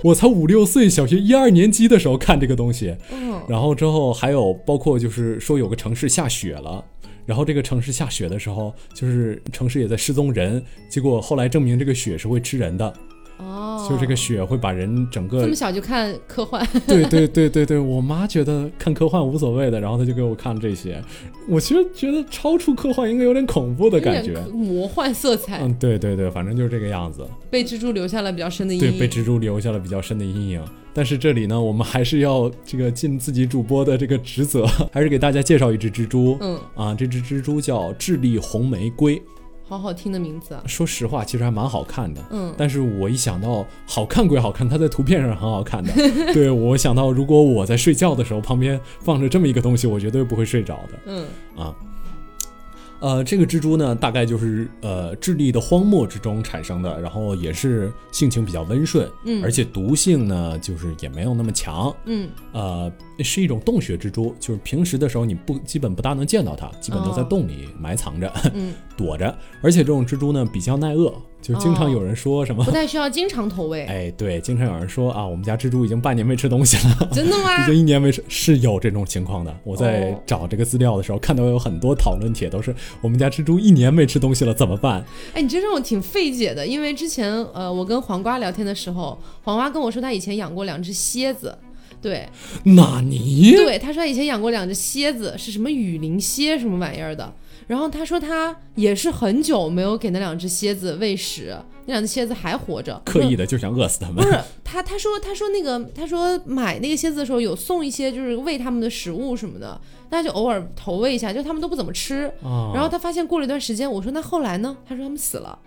S1: 我才五六岁，小学一二年级的时候看这个东西，
S2: 嗯，
S1: 然后之后还有包括就是说有个城市下雪了。然后这个城市下雪的时候，就是城市也在失踪人，结果后来证明这个雪是会吃人的，
S2: 哦，
S1: 就这个雪会把人整个
S2: 这么小就看科幻，
S1: 对对对对对，我妈觉得看科幻无所谓的，然后她就给我看这些，我其实觉得超出科幻应该有点恐怖的感
S2: 有
S1: 觉
S2: 点。魔幻色彩，
S1: 嗯，对对对，反正就是这个样子。
S2: 被蜘蛛留下了比较深的阴
S1: 对，被
S2: 影。
S1: 蜘蛛留下了比较深的阴影。但是这里呢，我们还是要这个尽自己主播的这个职责，还是给大家介绍一只蜘蛛。
S2: 嗯，
S1: 啊，这只蜘蛛叫智利红玫瑰。
S2: 好好听的名字啊。
S1: 说实话，其实还蛮好看的。
S2: 嗯，
S1: 但是我一想到好看归好看，它在图片上很好看 的。对我想到，如果我在睡觉的时候旁边放着这么一个东西，我绝对不会睡着的
S2: 嗯，
S1: 啊。呃，这个蜘蛛呢，大概就是呃智利的荒漠之中产生的，然后也是性情比较温顺，
S2: 嗯
S1: 而且毒性呢就是也没有那么强，
S2: 嗯，
S1: 呃，是一种洞穴蜘蛛，就是平时的时候你不基本不大能见到它，基本都在
S2: 哦
S1: 洞里埋藏着、
S2: 嗯
S1: 躲着。而且这种蜘蛛呢比较耐饿，就经常
S2: 哦
S1: 有人说什么
S2: 不，太需要经常投喂。
S1: 哎，对，经常有人说啊，我们家蜘蛛已经半年没吃东西 了，
S2: 真的
S1: 已
S2: 吗？
S1: 经一年没吃，是有这种情况的。我在
S2: 哦
S1: 找这个资料的时候，看到有很多讨论帖都是我们家蜘蛛一年没吃东西了怎么办？
S2: 哎，你这让我挺费解的，因为之前呃，我跟黄瓜聊天的时候，黄瓜跟我说他以前养过两只蝎子，对
S1: 哎纳尼？
S2: 对，他说他以前养过两只蝎子，是什么雨林蝎什么玩意儿的。然后他说他也是很久没有给那两只蝎子喂食，那两只蝎子还活着。
S1: 刻意的就想饿死他
S2: 不
S1: 们
S2: 是他，他说他说那个他说买那个蝎子的时候有送一些就是喂它们的食物什么的，那就偶尔投喂一下，就它们都不怎么吃。
S1: 啊？
S2: 然后他发现过了一段时间，我说那后来呢？他说他们死了，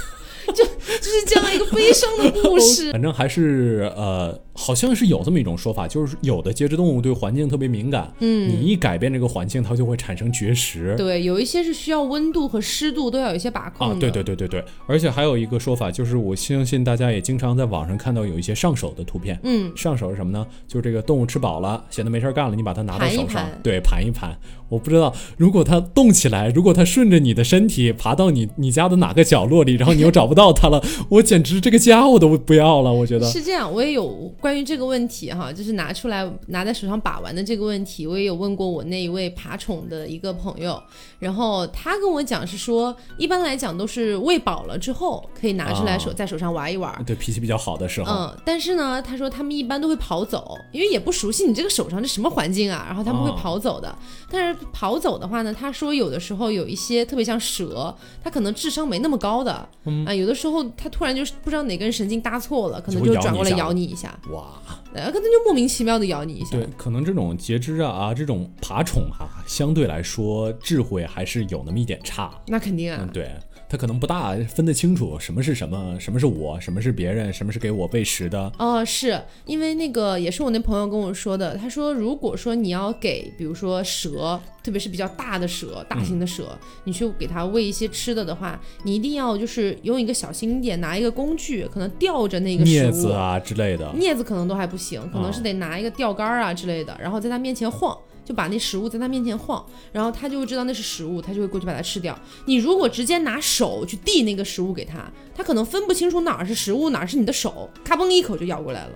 S2: 就就是这样一个悲伤的故 事。
S1: 反正还是呃，好像是有这么一种说法，就是有的节肢动物对环境特别敏感，嗯，你一改变这个环境，它就会产生绝食。
S2: 对，有一些是需要温度和湿度都要有一些把控
S1: 啊
S2: 的。，
S1: 对对对对对，而且还有一个说法，就是我相信大家也经常在网上看到有一些上手的图片。
S2: 嗯，
S1: 上手是什么呢？就是这个动物吃饱了，闲得没事儿干了，你把它拿到
S2: 盘一
S1: 手上，
S2: 盘
S1: 对，盘一盘。我不知道，如果它动起来，如果它顺着你的身体爬到你你家的哪个角落里，然后你又找不到它 了，我简直这个家我都不要了，我觉得。
S2: 是这样，我也有关于这个问题哈，就是拿出来拿在手上把玩的这个问题，我也有问过我那一位爬宠的一个朋友，然后他跟我讲是说，一般来讲都是喂饱了之后可以拿出来手、
S1: 啊
S2: 在手上玩一玩。
S1: 对脾气比较好的时候，
S2: 嗯，但是呢，他说他们一般都会跑走，因为也不熟悉你这个手上是什么环境啊，然后他们会
S1: 哦
S2: 跑走的。但是跑走的话呢，他说有的时候有一些特别像蛇，它可能智商没那么高的，
S1: 嗯
S2: 啊，有的时候它突然就是不知道哪根神经搭错了，可能
S1: 就会
S2: 就
S1: 咬
S2: 转
S1: 你
S2: 过来
S1: 一下
S2: 咬你一下，
S1: 哇，
S2: 然后可能就莫名其妙的咬你一下
S1: 对。，可能这种节肢啊啊，这种爬宠啊，相对来说智慧还是有那么一点差。
S2: 那肯定啊，
S1: 嗯，对，它可能不大分得清楚什么是什么，什么是我，什么是别人，什么是给我喂食的。
S2: 哦，是因为那个也是我那朋友跟我说的，他说如果说你要给，比如说蛇，特别是比较大的蛇、大型的蛇，
S1: 嗯
S2: 你去给它喂一些吃的的话，你一定要就是用一个小心一点，拿一个工具，可能吊着那个食
S1: 镊
S2: 物。
S1: 子啊之类的，
S2: 镊子可能都还不行，可能
S1: 啊
S2: 是得拿一个钓竿啊之类的，然后在它面前晃，就把那食物在它面前晃，然后它就会知道那是食物，它就会过去把它吃掉。你如果直接拿手去递那个食物给它，它可能分不清楚哪儿是食物，哪儿是你的手，咔嘣一口就咬过来了。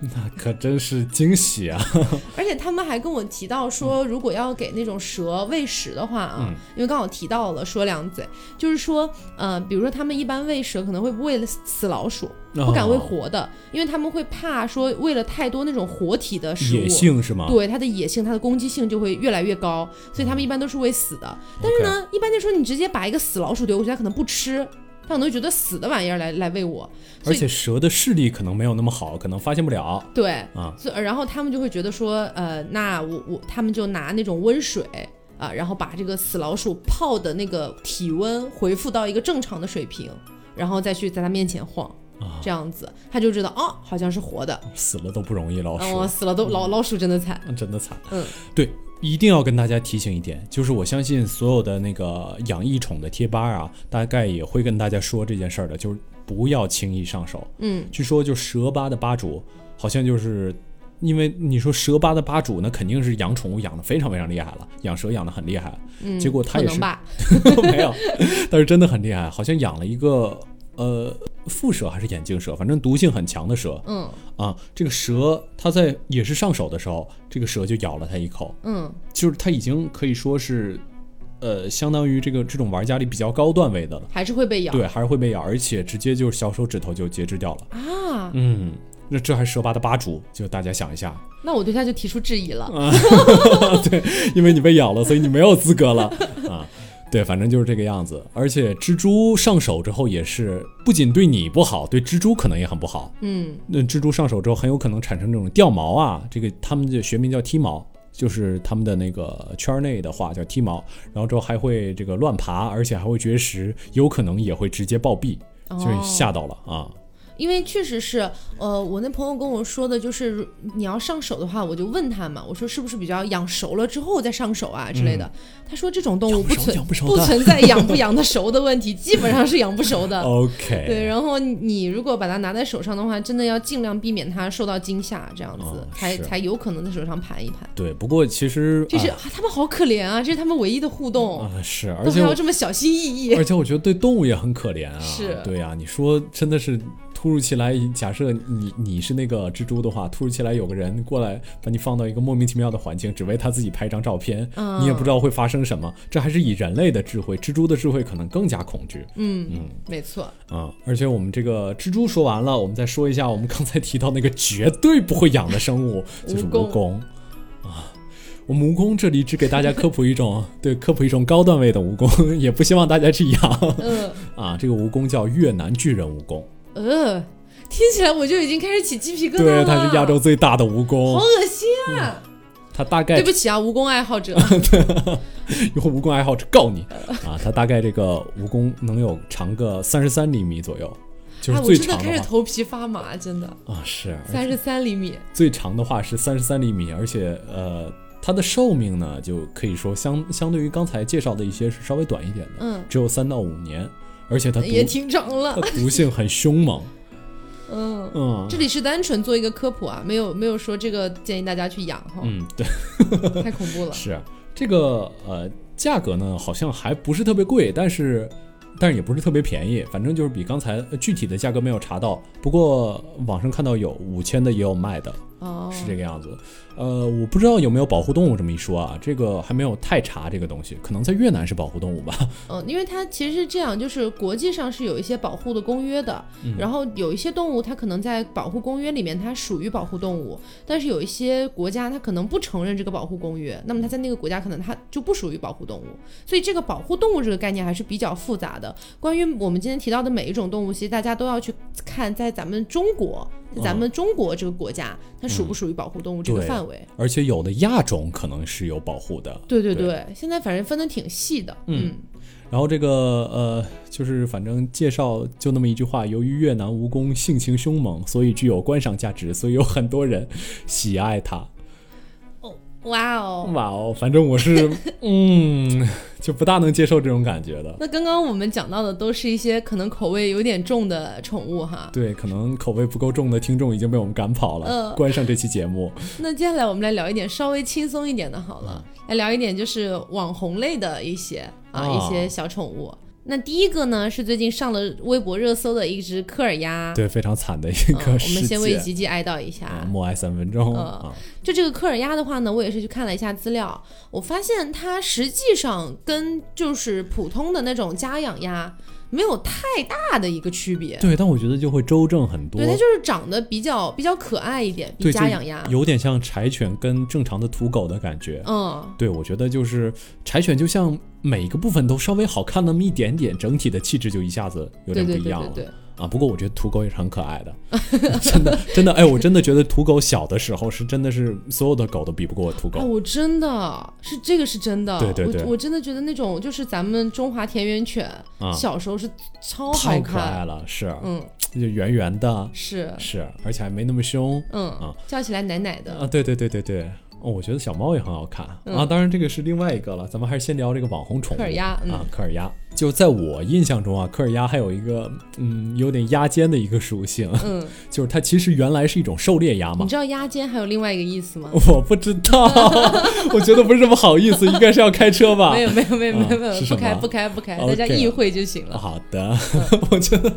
S1: 那可真是惊喜啊！
S2: 而且他们还跟我提到说，如果要给那种蛇喂食的话啊，
S1: 嗯
S2: 因为刚好提到了说两嘴，就是说，呃，比如说他们一般喂蛇可能会喂了死老鼠， 不敢喂
S1: 哦
S2: 活的，因为他们会怕说喂了太多那种活体的食物。
S1: 野性啊是吗？
S2: 对它的野性，它的攻击性就会越来越高，所
S1: 嗯
S2: 以他们一般都是喂死的。但是呢，一般就说你直接把一个死老鼠丢过去，它可能不吃，它可能会觉得死的玩意儿来来喂我，
S1: 而且蛇的视力可能没有那么好，可能发现不了。
S2: 对
S1: 啊
S2: 所以然后他们就会觉得说，呃，那我我他们就拿那种温水啊、然后把这个死老鼠泡的那个体温恢复到一个正常的水平，然后再去在它面前晃，
S1: 啊
S2: 这样子他就知道哦，好像是活的。
S1: 死了都不容易，老
S2: 嗯，
S1: 鼠、
S2: 我死了都老老鼠真的惨，
S1: 真的惨。
S2: 嗯，
S1: 对，一定要跟大家提醒一点，就是我相信所有的那个养异宠的贴吧啊，大概也会跟大家说这件事儿的，就是不要轻易上手。
S2: 嗯，
S1: 据说就蛇吧的吧主，好像就是。因为你说蛇吧的吧主，那肯定是养宠物养的非常非常厉害了， 养蛇养的很厉害，
S2: 嗯，
S1: 结果他
S2: 可
S1: 也
S2: 能
S1: 是
S2: 吧，
S1: 没有，但是真的很厉害，好像养了一个呃腹蛇还是眼镜蛇，反正毒性很强的蛇
S2: 嗯
S1: 啊。这个蛇它在也是上手的时候，这个蛇就咬了它一口，
S2: 嗯，
S1: 就是它已经可以说是，呃，相当于这个这种玩家里比较高段位的了。
S2: 还是会被咬
S1: 对，还是会被咬，而且直接就是小手指头就截肢掉了。
S2: 啊。
S1: 嗯，那这还是蛇吧的吧主，就大家想一下，
S2: 那我对他就提出质疑了。
S1: 嗯因为你被咬了，所以你没有资 格了啊。对，反正就是这个样子。而且蜘蛛上手之后也是，不仅对你不好，对蜘蛛可能也很不好。
S2: 嗯，
S1: 那蜘蛛上手之后，很有可能产生这种掉毛啊，这个他们的学名叫踢毛，就是他们的那个圈儿内的话叫踢毛。然后之后还会这个乱爬，而且还会绝食，有可能也会直接暴毙，所以
S2: 哦
S1: 吓到了啊。
S2: 因为确实是，呃，我那朋友跟我说的，就是如你要上手的话，我就问他嘛，我说是不是比较养熟了之后再上手啊之类的。他说这种动物
S1: 嗯养不熟
S2: 存
S1: 养不熟的
S2: 存在 养不养得熟的问题，基本上是养不熟的。
S1: 哦 OK，
S2: 呃对，然后你如果把它拿在手上的话，真的要尽量避免它受到惊吓，这样子、
S1: 哦
S2: 才
S1: 是
S2: 才有可能在手上盘一盘。
S1: 对不过其实
S2: 这是、
S1: 啊、
S2: 啊他们好可怜啊，这是他们唯一的互动，
S1: 啊是，而
S2: 都还
S1: 且我嗯
S2: 要这么小心翼翼。
S1: 而且我觉得对动物也很可怜啊。
S2: 是
S1: 对呀、你说真的是突如其来，假设你你是那个蜘蛛的话，突如其来有个人过来把你放到一个莫名其妙的环境，只为他自己拍一张照片，
S2: 嗯
S1: 你也不知道会发生什么。这还是以人类的智慧，蜘蛛的智慧可能更加恐惧
S2: 嗯，没错，
S1: 啊、而且我们这个蜘蛛说完了，我们再说一下我们刚才提到那个绝对不会养的生 物，就是
S2: 蜈
S1: 蜈
S2: 蚣
S1: 蚣啊。我们蜈蚣这里只给大家科普一种， 对，科普一种高段位的蜈蚣，也不希望大家去养。
S2: 呃
S1: 啊，这个蜈蚣叫越南巨人蜈蚣，
S2: 呃，听起来我就已经开始起鸡皮疙瘩
S1: 对，
S2: 了。
S1: 它是亚洲，最嗯大的蜈
S2: 好
S1: 蚣，
S2: 恶心啊！
S1: 它大概
S2: 对不起啊，蜈蚣爱好者，
S1: 有蜈蚣爱好者告你啊，它大概这个蜈蚣能有长个三十三厘米左右， 就是
S2: 哎，我
S1: 最
S2: 真的
S1: 长
S2: 开始
S1: 的话
S2: 头皮发麻，真的，
S1: 啊是，而
S2: 三十三厘米，
S1: 最长的话是三十三厘米，而且呃，它的寿命呢就可以说相相对于刚才介绍的一些是稍微短一点的，
S2: 嗯，
S1: 只有三到五年，而且它毒
S2: 也挺长了
S1: 它，毒性很凶猛，
S2: 嗯。
S1: 嗯
S2: 这里是单纯做一个科普啊，没有没有说这个建议大家去养哈，
S1: 嗯对。
S2: 太恐 怖了。
S1: 是啊这个呃，价格呢好像还不是特别贵，但是但是也不是特别便宜，反正就是比刚才呃具体的价格没有查到，不过网上看到有五千的也有卖的，
S2: 哦，
S1: 是这个样子。呃，我不知道有没有保护动物这么一说啊，这个还没有太查这个东西，可能在越南是保护动物吧。
S2: 嗯，因为它其实是这样，就是国际上是有一些保护的公约的，
S1: 嗯
S2: 然后有一些动物它可能在保护公约里面它属于保护动物，但是有一些国家它可能不承认这个保护公约，那么它在那个国家可能它就不属于保护动物，所以这个保护动物这个概念还是比较复杂的。关于我们今天提到的每一种动物，其实大家都要去看在咱们中国，在咱们中国这个国家它属不属于保护动物这个
S1: 嗯对
S2: 范围。
S1: 而且有的亚种可能是有保护的，
S2: 对对
S1: 对
S2: 对，现在反正分的挺细的，
S1: 嗯然后这个呃，就是反正介绍就那么一句话，由于越南蜈蚣性情凶猛，所以具有观赏价值，所以有很多人 喜爱它。
S2: 哇哦，
S1: 哇哦，反正我 是嗯，就不大能接受这种感觉的。
S2: 那刚刚我们讲到的都是一些可能口味有点重的宠物哈。
S1: 对，可能口味不够重的听众已经被我们赶跑了，
S2: 嗯
S1: 关上这期节目。
S2: 那接下来我们来聊一点稍微轻松一点的，好了，
S1: 嗯
S2: 来聊一点就是网红类的一些啊、
S1: 哦
S2: 一些小宠物。那第一个呢是最近上了微博热搜的一只科尔鸭，
S1: 对，非常惨的一
S2: 嗯，
S1: 个
S2: 我们
S1: 事
S2: 先为
S1: 件。
S2: 吉吉哀悼一下。
S1: 啊，默哀三分钟、
S2: 嗯
S1: 啊，
S2: 就这个科尔鸭的话呢，我也是去看了一下资料，我发现它实际上跟就是普通的那种家养鸭没有太大的一个区别。
S1: 对，但我觉得就会周正很多
S2: 对，，它就是长得比较比较可爱一点，比
S1: 对，就
S2: 家养鸭。
S1: 有点像柴犬跟正常的土狗的感觉。
S2: 嗯，
S1: 对，我觉得就是柴犬，就像每个部分都稍微好看那么一点点，整体的气质就一下子有
S2: 对
S1: 点不
S2: 对
S1: 一
S2: 对
S1: 样了
S2: 对对，
S1: 啊。不过我觉得土狗也是很可爱的，真的真的，哎，我真的觉得土狗小的时候是真的是所有的狗都比不过土
S2: 啊，
S1: 狗。
S2: 我真的是这个是真的，
S1: 对对对
S2: 我我真的觉得那种就是咱们中华田园犬，
S1: 啊
S2: 小时候是超
S1: 太
S2: 好
S1: 可爱
S2: 看，
S1: 了，是，
S2: 嗯，
S1: 就圆圆的，
S2: 是，
S1: 是，而且还没那么凶
S2: 嗯，
S1: 啊
S2: 叫起来奶奶的，
S1: 啊！对对对对对，哦，我觉得小猫也很好看啊。
S2: 嗯
S1: 当然这个是另外一个了，咱们还是先聊这个网红宠物
S2: 科尔鸭，嗯，
S1: 啊，科尔鸭。就在我印象中啊，科尔鸭还有一个嗯，有点鸭尖的一个属性，
S2: 嗯，
S1: 就是它其实原来是一种狩猎鸭嘛
S2: 你。知道鸭尖还有另外一个意思吗？
S1: 我不知道， 我觉得不是这么好意思，应该是要开车吧
S2: 没。有没有没有没有没
S1: 啊
S2: 有
S1: 是，什
S2: 不
S1: 么哦
S2: 开不开不开，
S1: OK
S2: 大家意会就行了。
S1: 好的，
S2: 嗯
S1: 我觉得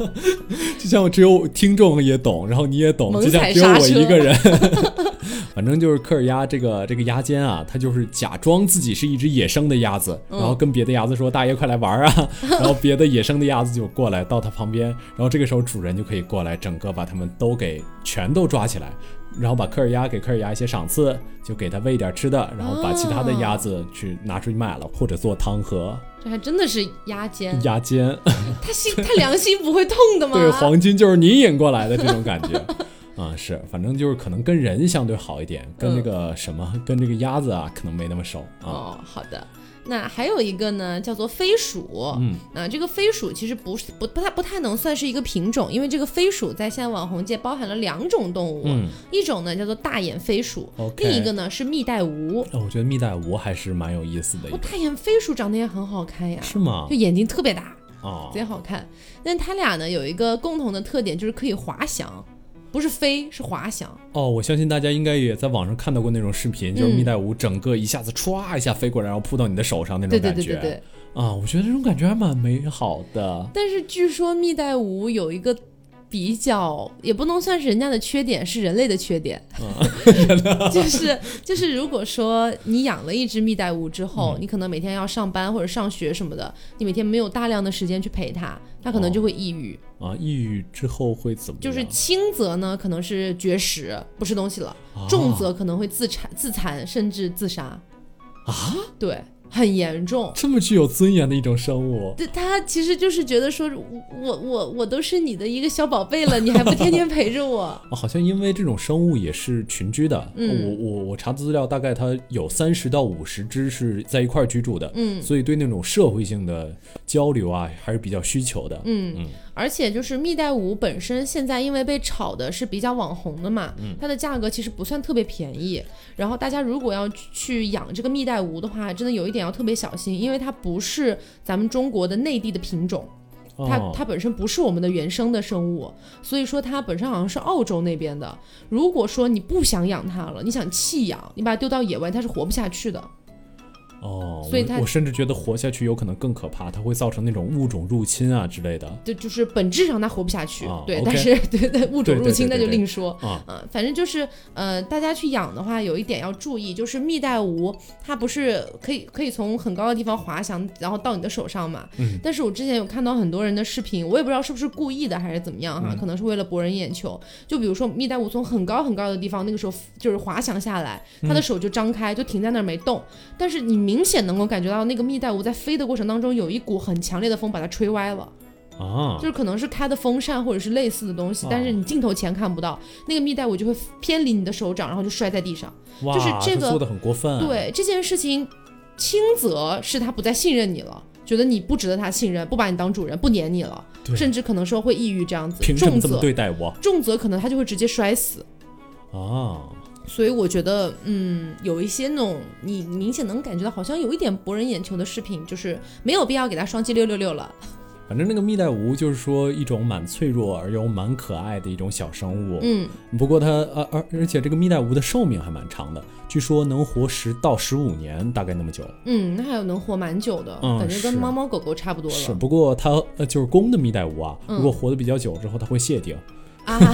S1: 就像只有听众也懂，然后你也懂，
S2: 猛
S1: 就像
S2: 踩
S1: 只有
S2: 刹
S1: 我
S2: 车
S1: 一个人。 反正就是科尔鸭这个这个鸭尖啊，它就是假装自己是一只野生的鸭子，
S2: 嗯
S1: 然后跟别的鸭子说：“大爷，快来玩啊！” 然后别的野生的鸭子就过来到它旁边，然后这个时候主人就可以过来，整个把它们都给全都抓起来，然后把科尔鸭给科尔鸭一些赏赐，就给它喂点吃的，然后把其他的鸭子去拿出去卖了，或者做汤和
S2: 这还真的是 鸭尖，
S1: 鸭尖。
S2: 它心它良心不会痛 的吗？
S1: 对，黄金就是你引过来的这种感觉。 啊、是，反正就是可能跟人相对好一点，跟那个什么，跟这个鸭子啊，可能没那么熟啊。
S2: 哦，好的。那还有一个呢，叫做飞鼠。
S1: 嗯，
S2: 啊，这个飞鼠其实不是不不太不太能算是一个品种，因为这个飞鼠在现在网红界包含了两种动物，
S1: 嗯
S2: 一种呢叫做大眼飞鼠，
S1: ，OK。
S2: 另一个呢是蜜袋鼯。
S1: 哦，我觉得蜜袋鼯还是蛮有意思的一
S2: 哦，
S1: 个，
S2: 大眼飞鼠长得也很好看呀，
S1: 是吗
S2: 就？眼睛特别大，
S1: 哦，
S2: 贼好看。但它俩呢有一个共同的特点，就是可以滑翔，不是飞是滑翔。
S1: 哦，我相信大家应该也在网上看到过那种视频，就是
S2: 嗯
S1: 蜜袋鼯整个一下子歘一下飞过来，然后扑到你的手上那
S2: 对
S1: 种
S2: 对
S1: 感觉。
S2: 对对对。
S1: 啊，我觉得这种感觉还蛮美好的。
S2: 但是据说蜜袋鼯有一个。比较也不能算是人家的缺点，是人类的缺点， 就是就是，如果说你养了一只蜜袋鼯之后，你可能每天要上班或者上学什么的，你每天没有大量的时间去陪它，它可能就会抑郁。
S1: 啊，抑郁之后会怎么样？
S2: 就是轻则呢，可能是绝食，不吃东西了；
S1: 哦
S2: 重则可能会自残、自残，甚至自杀。
S1: 啊，
S2: 对，很严重。
S1: 这么具有尊严的一种生物，
S2: 对他其实就是觉得说，我我我我都是你的一个小宝贝了，你还不天天 陪着我？
S1: 啊好像因为这种生物也是群居的。
S2: 嗯
S1: 我我我查资料，大概它有三十到五十只是在一块儿居住的。
S2: 嗯
S1: 所以对那种社会性的交流啊，还是比较需求的。
S2: 嗯
S1: 嗯，
S2: 而且就是蜜袋鼯本身现在因为被炒的是比较网红的嘛，
S1: 嗯
S2: 它的价格其实不算特别便宜。然后大家如果要去养这个蜜袋鼯的话，真的有一点要特别小心，因为它不是咱们中国的内地的品种。它
S1: 哦
S2: 它本身不是我们的原生的生物，所以说它本身好像是澳洲那边的。如果说你不想养它了，你想弃养，你把它丢到野外，它是活不下去的。
S1: 哦，
S2: 所以
S1: 我
S2: 它
S1: 我甚至觉得活下去有可能更可怕，它会造成那种物种入侵啊之类的。
S2: 对，就是本质上它活不下去，
S1: 啊
S2: 对，
S1: ，OK
S2: 但是对对物
S1: 对
S2: 种
S1: 对
S2: 入侵
S1: 对
S2: 那
S1: 对
S2: 就
S1: 对
S2: 另说。
S1: 啊
S2: 呃，反正就是呃，大家去养的话，有一点要注意，就是蜜袋鼯它不是可以可以从很高的地方滑翔，然后到你的手上嘛。
S1: 嗯。
S2: 但是我之前有看到很多人的视频，我也不知道是不是故意的还是怎么
S1: 嗯
S2: 样哈，可能是为了博人眼球。就比如说蜜袋鼯从很高很高的地方，那个时候就是滑翔下来，它
S1: 嗯
S2: 的手就张开，就停在那儿没动。但是你明显能够感觉到那个蜜袋鼯在飞的过程当中，有一股很强烈的风把它吹歪了。
S1: 啊
S2: 就是可能是开的风扇或者是类似的东西
S1: 哦，
S2: 但是你镜头前看不到，那个蜜袋鼯就会偏离你的手掌，然后就摔在地上。
S1: 哇，
S2: 就是这
S1: 它
S2: 个
S1: 做的很过分。，
S2: 对这件事情，轻则是他不再信任你了。觉得你不值得他信任，不把你当主人，不黏你了，
S1: 对
S2: 甚至可能说会抑郁这样子。
S1: 凭什么
S2: 重
S1: 这么
S2: 则
S1: 对待我
S2: 重则可能他就会直接摔死。
S1: 啊？
S2: 所以我觉得，嗯，有一些那种你明显能感觉到好像有一点博人眼球的视频，就是没有必要给他双击六六六了。
S1: 反正那个蜜袋鼯就是说一种蛮脆弱而又蛮可爱的一种小生物。
S2: 嗯，
S1: 不过它呃而而且这个蜜袋鼯的寿命还蛮长的，据说能活十到十五年，大概那么久。
S2: 嗯，那还有能活蛮久的，
S1: 嗯
S2: 感觉跟
S1: 是
S2: 猫猫狗狗差不多了。
S1: 是，不过它呃就是公的蜜袋鼯啊，
S2: 嗯
S1: 如果活得比较久之后，它会谢顶，
S2: 啊，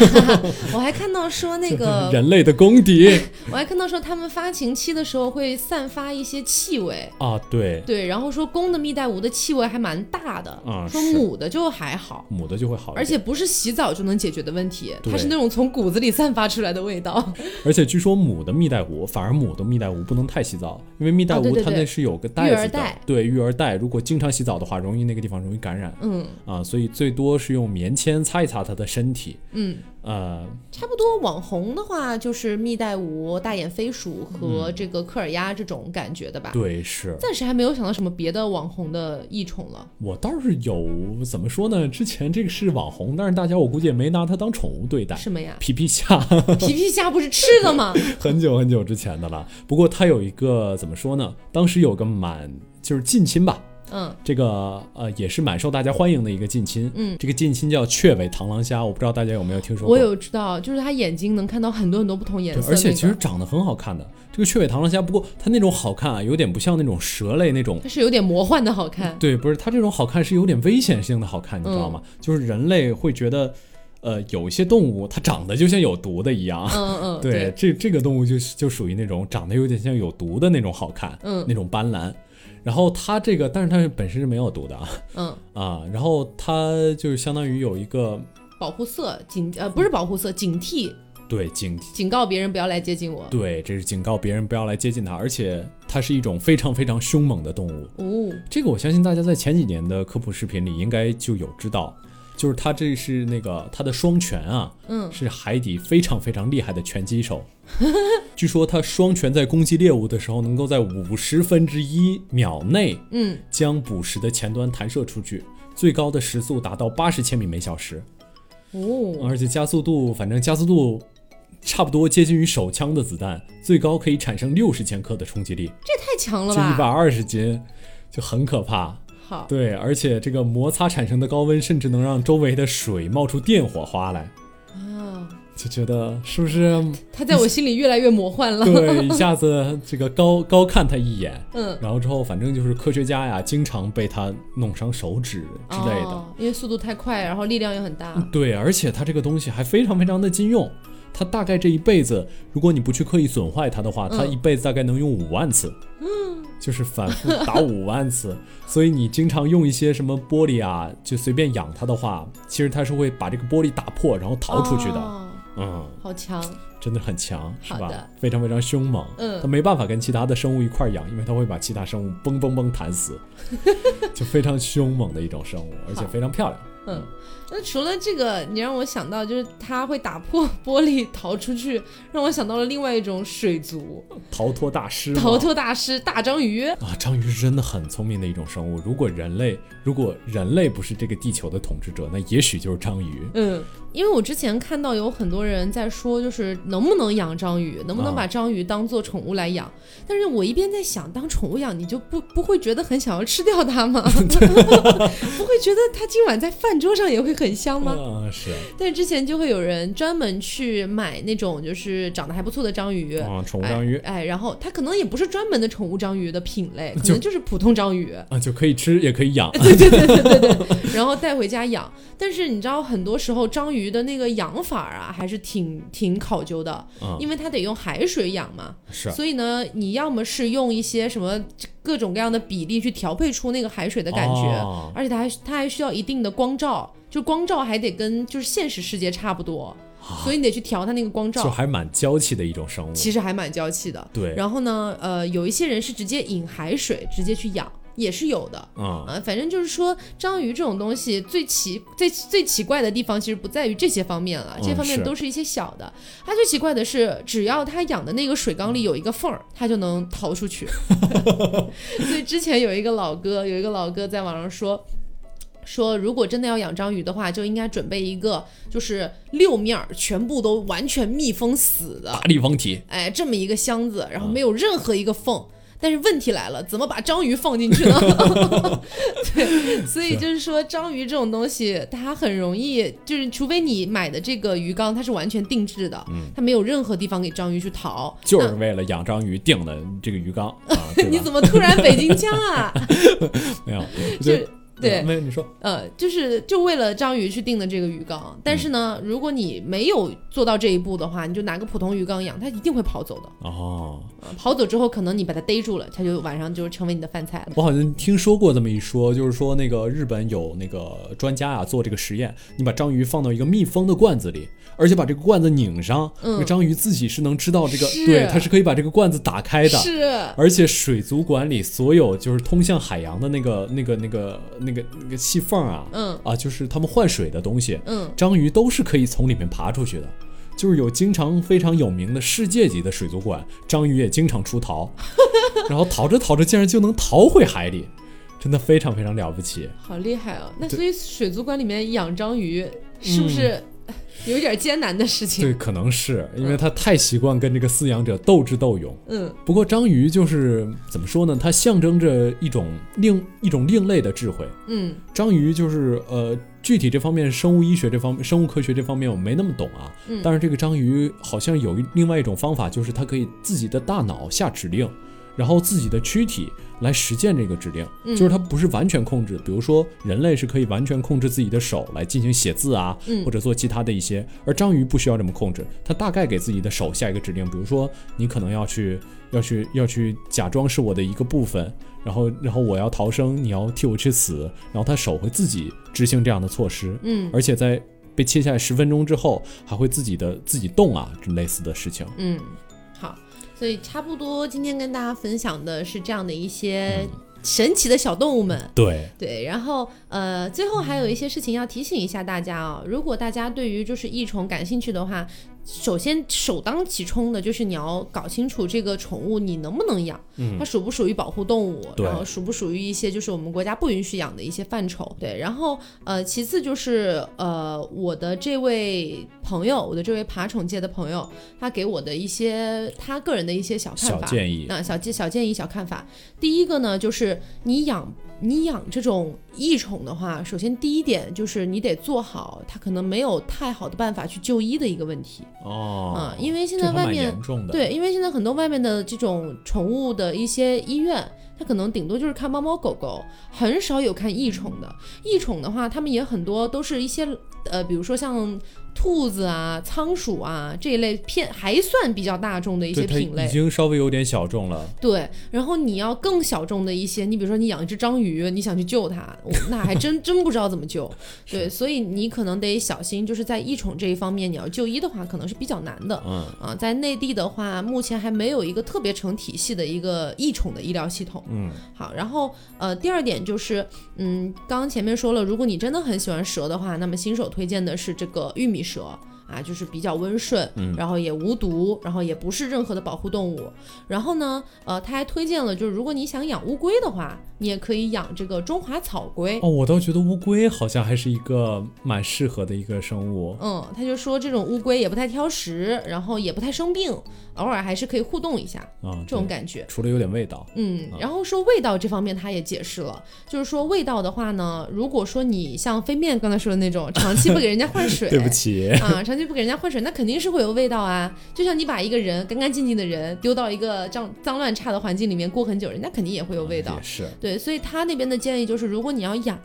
S2: 我还看到说 那个，
S1: 人类的公敌
S2: 我还看到说他们发情期的时候会散发一些气味，
S1: 啊。对，
S2: 对，然后说公的蜜袋鼯的气味还蛮大的，
S1: 啊
S2: 说
S1: 是
S2: 母的就还好。
S1: 母的就会好一点。
S2: 而且不是洗澡就能解决的问题，
S1: 对
S2: 它是那种从骨子里散发出来的味道。
S1: 而且据说母的蜜袋鼯，反而母的蜜袋鼯不能太洗澡，因为蜜袋
S2: 啊对
S1: 鼯
S2: 对
S1: 它
S2: 对
S1: 那是有个袋
S2: 育儿
S1: 子的，
S2: 袋
S1: 对育儿袋，如果经常洗澡的话，容易那个地方容易感染
S2: 嗯
S1: 啊，所以最多是用棉签擦一擦它的身体，
S2: 嗯，
S1: 呃，
S2: 差不多。网红的话就是蜜袋鼯、大眼飞鼠和这个科尔鸭这种感觉的吧。
S1: 嗯对，是
S2: 暂时还没有想到什么别的网红的异宠了。
S1: 我倒是有怎么说呢？之前这个是网红，但是大家我估计也没拿它当宠物对待。？
S2: 什么呀
S1: 皮皮虾
S2: 皮皮虾不是吃的吗？
S1: 很久很久之前的了，不过它有一个怎么说呢？当时有个蛮就是近亲吧，
S2: 嗯，
S1: 这个呃也是蛮受大家欢迎的一个近亲。
S2: 嗯，
S1: 这个近亲叫雀尾螳螂虾，我不知道大家有没有听说过。
S2: 我有知道，就是它眼睛能看到很多很多不同颜
S1: 对，
S2: 色、那
S1: 而且
S2: 个
S1: 其实长得很好看的这个雀尾螳螂虾，不过它那种好看啊，有点不像那种蛇类那种。
S2: 它是有点魔幻的好看。
S1: 对，不是它这种好看是有点危险性的好看，你知道吗？就是人类会觉得，呃，有一些动物它长得就像有毒的一样。
S2: 嗯 嗯，
S1: 对，，这这个动物就是就属于那种长得有点像有毒的那种好看，
S2: 嗯
S1: 那种斑斓。然后它这个，但是它本身是没有毒的啊
S2: 嗯，
S1: 啊。然后它就是相当于有一个
S2: 保护色警呃不是保护色，警惕
S1: 对警
S2: 警告别人不要来接近我。
S1: 对，这是警告别人不要来接近它，而且它是一种非常非常凶猛的动物。
S2: 哦，
S1: 这个我相信大家在前几年的科普视频里应该就有知道，就是他这是那个他的双拳啊，
S2: 嗯
S1: 是海底非常非常厉害的拳击手。据说他双拳在攻击猎物的时候，能够在五十分之一秒内
S2: 嗯，
S1: 将捕食的前端弹射出去，最高的时速达到八十千米每小时，
S2: 哦，
S1: 而且加速度，反正加速度差不多接近于手枪的子弹，最高可以产生六十千克的冲击力，
S2: 这太强了
S1: 就一百
S2: 吧？
S1: 二十斤，就很可怕。
S2: 好，
S1: 对，而且这个摩擦产生的高温，甚至能让周围的水冒出电火花来，
S2: 啊，
S1: 就觉得是不是？
S2: 他在我心里越来越魔幻了。
S1: 对，一下子这个高高看他一眼，
S2: 嗯，
S1: 然后之后反正就是科学家呀，经常被他弄伤手指之类的。嗯
S2: 哦，因为速度太快，然后力量又很大。
S1: 对，而且它这个东西还非常非常的禁用，它大概这一辈子，如果你不去刻意损坏它的话，它
S2: 嗯
S1: 一辈子大概能用五万次，就是反复打五万次。所以你经常用一些什么玻璃啊，就随便养它的话，其实它是会把这个玻璃打破，然后逃出去的。
S2: 哦
S1: 嗯，
S2: 好强，
S1: 真的很强，是
S2: 好
S1: 吧
S2: 的？
S1: 非常非常凶猛。
S2: 嗯
S1: 它没办法跟其他的生物一块儿养，因为它会把其他生物嘣嘣嘣弹 死，就非常凶猛的一种生物，而且
S2: 好
S1: 非常漂亮。
S2: 嗯。那除了这个，你让我想到就是它会打破 玻璃逃出去，让我想到了另外一种水族，
S1: 逃脱大师嘛，
S2: 逃脱大师大章鱼。
S1: 啊，章鱼是真的很聪明的一种生物。如果人类，如果人类不是这个地球的统治者，那也许就是章鱼。
S2: 嗯，因为我之前看到有很多人在说，就是能不能养章鱼，能不能
S1: 啊
S2: 把章鱼当做宠物来养？但是我一边在想，当宠物养，你就不不会觉得很想要吃掉 它吗？ 不会觉得它今晚在饭桌上也会很香吗？
S1: 啊，是
S2: 但是之前就会有人专门去买那种就是长得还不错的章鱼。
S1: 啊，宠物章鱼
S2: 哎，哎然后它可能也不是专门的宠物章鱼的品类，可
S1: 就
S2: 能就是普通章鱼。
S1: 啊，就可以吃也可以 养
S2: 对对对对对对，然后带回家养。但是你知道，很多时候章鱼的那个养法啊，还是挺挺考究的，
S1: 啊，
S2: 因为它得用海水养嘛。
S1: 是啊
S2: 所以呢，你要么是用一些什么各种各样的比例去调配出那个海水的感觉，
S1: 哦
S2: 而且它还它还需要一定的光照，就光照还得跟就是现实世界差不多，所以你得去调它那个光
S1: 啊就
S2: 照。
S1: 还蛮娇气的一种生物。
S2: 其实还蛮娇气的。
S1: 对，
S2: 然后呢，呃，有一些人是直接引海水直接去养，也是有的。
S1: 啊，
S2: 啊，反正就是说，章鱼这种东西最奇、最最奇怪的地方，其实不在于这些方面了，这些
S1: 嗯
S2: 方面
S1: 是
S2: 都是一些小的。它最奇怪的是，只要它养的那个水缸里有一个缝儿，它就能逃 出去。所以之前有一个老哥，有一个老哥在网上说。说如果真的要养章鱼的话，就应该准备一个就是六面儿全部都完全密封死的
S1: 大，立方体
S2: 哎，这么一个箱子，然后没有任何一个缝。但是问题来了，怎么把章鱼放进去呢？ 对，所以就是说，章鱼这种东西，它很容易，就是除非你买的这个鱼缸它是完全定制的，它没有任何地方给章鱼去逃。
S1: 就是为了养章鱼定的这个鱼缸啊，对
S2: 你
S1: 吧
S2: 怎么突然北京腔啊？
S1: 没有，我觉
S2: 就
S1: 得
S2: 对，
S1: 没有你说
S2: 呃，就是就为了章鱼去定的这个鱼缸。但是呢，如果你没有做到这一步的话，你就拿个普通鱼缸养，它一定会跑走的。
S1: 哦，
S2: 呃跑走之后，可能你把它逮住了，它就晚上就成为你的饭菜了。
S1: 我好像听说过这么一说，就是说那个日本有那个专家啊做这个实验，你把章鱼放到一个密封的罐子里，而且把这个罐子拧上，
S2: 嗯
S1: 那个章鱼自己是能知道这个，
S2: 是
S1: 对，它是可以把这个罐子打开的。
S2: 是，
S1: 而且水族馆里所有就是通向海洋的那个、那个、那个、那个、那个细缝啊，
S2: 嗯
S1: 啊，就是他们换水的东西，
S2: 嗯，
S1: 章鱼都是可以从里面爬出去的。就是有经常非常有名的世界级的水族馆，章鱼也经常出逃， 然后逃着逃着竟然就能逃回海里，真的非常非常了不起。
S2: 好厉害哦！那
S1: 对
S2: 所以水族馆里面养章鱼是不是有一点艰难的事情？
S1: 对，可能是因为它太习惯跟这个饲养者斗智斗勇。
S2: 嗯
S1: 不过章鱼就是怎么说呢？它象征着一种另一种另类的智慧。
S2: 嗯
S1: 章鱼就是呃，具体这方面生物医学这方面、生物科学这方面我没那么懂啊。
S2: 嗯
S1: 但是这个章鱼好像有一另外一种方法，就是它可以自己的大脑下指令，然后自己的躯体来实践这个指令。
S2: 嗯
S1: 就是它不是完全控制，比如说人类是可以完全控制自己的手来进行写字啊，
S2: 嗯
S1: 或者做其他的一些，而章鱼不需要这么控制，它大概给自己的手下一个指令，比如说你可能要去要去要去假装是我的一个部分，然后然后我要逃生，你要替我去死，然后它手会自己执行这样的措施，
S2: 嗯
S1: 而且在被切下来十分钟之后，还会自己的自己动啊，这类似的事情。
S2: 嗯，好，所以差不多今天跟大家分享的是这样的一些。神奇的小动物们。
S1: 对，
S2: 对，然后呃，最后还有一些事情要提醒一下大家哦，如果大家对于就是异宠感兴趣的话，首先首当其冲的就是你要搞清楚这个宠物你能不能养，它属不属于保护动物，
S1: 嗯对
S2: 然后属不属于一些就是我们国家不允许养的一些范畴。对，然后呃，其次就是呃，我的这位朋友，我的这位爬宠界的朋友，他给我的一些他个人的一些小看
S1: 小
S2: 法，
S1: 建议，
S2: 那小建小建议、小看法，第一个呢，就是你养你养这种异宠的话，首先第一点就是你得做好它可能没有太好的办法去就医的一个问题
S1: 哦
S2: 啊、，因为现
S1: 这
S2: 在
S1: 还
S2: 外
S1: 蛮
S2: 面
S1: 严重的，
S2: 对，因为现在很多外面的这种宠物的一些医院，它可能顶多就是看猫猫狗狗，很少有看异宠的。异宠的话，他们也很多都是一些呃，比如说像兔子啊、仓鼠啊这一类偏还算比较大众的一些
S1: 对，它
S2: 品类
S1: 已。经稍微有点小众了，
S2: 对，然后你要更小众的一些，你比如说你养一只章鱼，你想去救它，我那还真真不知道怎么救。对，所以你可能得小心，就是在异宠这一方面，你要就医的话，可能是比较难的。
S1: 嗯
S2: 啊，在内地的话，目前还没有一个特别成体系的一个异宠的医疗系统。
S1: 嗯，
S2: 好，然后呃，第二点就是，嗯，刚刚前面说了，如果你真的很喜欢蛇的话，那么新手推荐的是这个玉米蛇啊，就是比较温顺，
S1: 嗯
S2: 然后也无毒，然后也不是任何的保护动物。然后呢，呃，他还推荐了，就是如果你想养乌龟的话，你也可以养这个中华草龟。
S1: 哦，我倒觉得乌龟好像还是一个蛮适合的一个生物，
S2: 嗯，他就说这种乌龟也不太挑食，然后也不太生病，偶尔还是可以互动一下
S1: 啊
S2: 这种
S1: 对
S2: 感觉。
S1: 除了有点味道，
S2: 嗯，然后说味道这方面，他也解释了，就是说味道的话呢，如果说你像飞面刚才说的那种，长期不给人家换 水，
S1: 对不起，
S2: 啊，长期不给人家换水，那肯定是会有味道啊。就像你把一个人干干净净的人丢到一个脏脏乱差的环境里面过很久，人家肯定也会有味道
S1: 也。是，
S2: 对，所以他那边的建议就是，如果你要养，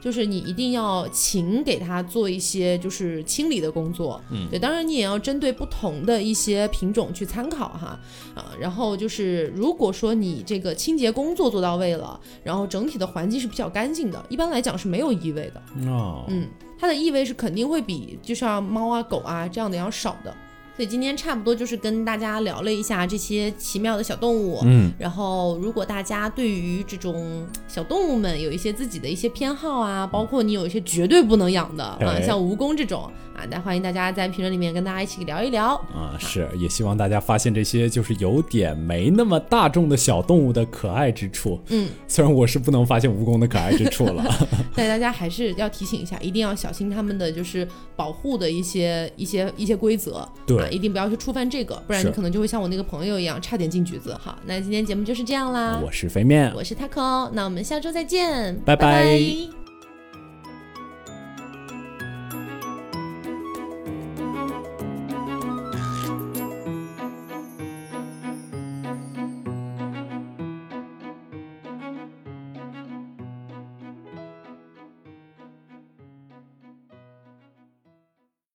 S2: 就是你一定要勤给它做一些就是清理的工作。嗯，对，当然你也要针对不同的一些品种去参考哈。啊，然后就是如果说你这个清洁工作做到位了，然后整体的环境是比较干净的，一般来讲是没有异味的。
S1: 哦，
S2: 嗯，它的异味是肯定会比就像猫啊、狗啊这样的要少的。所以今天差不多就是跟大家聊了一下这些奇妙的小动物。
S1: 嗯，
S2: 然后，如果大家对于这种小动物们有一些自己的一些偏好啊，包括你有一些绝对不能养的啊
S1: 哎，
S2: 像蜈蚣这种啊，那欢迎大家在评论里面跟大家一起聊一聊。
S1: 啊，是，也希望大家发现这些就是有点没那么大众的小动物的可爱之处。
S2: 嗯，
S1: 虽然我是不能发现蜈蚣的可爱之处了，
S2: 但大家还是要提醒一下，一定要小心它们的就是保护的一些一些一些规则，
S1: 对
S2: 啊，一定不要去触犯这个，不然
S1: 是
S2: 你可能就会像我那个朋友一样，差点进局子。好，那今天节目就是这样啦，
S1: 我是肥面，
S2: 我是 taco，那我们下周再见，
S1: 拜拜
S2: 拜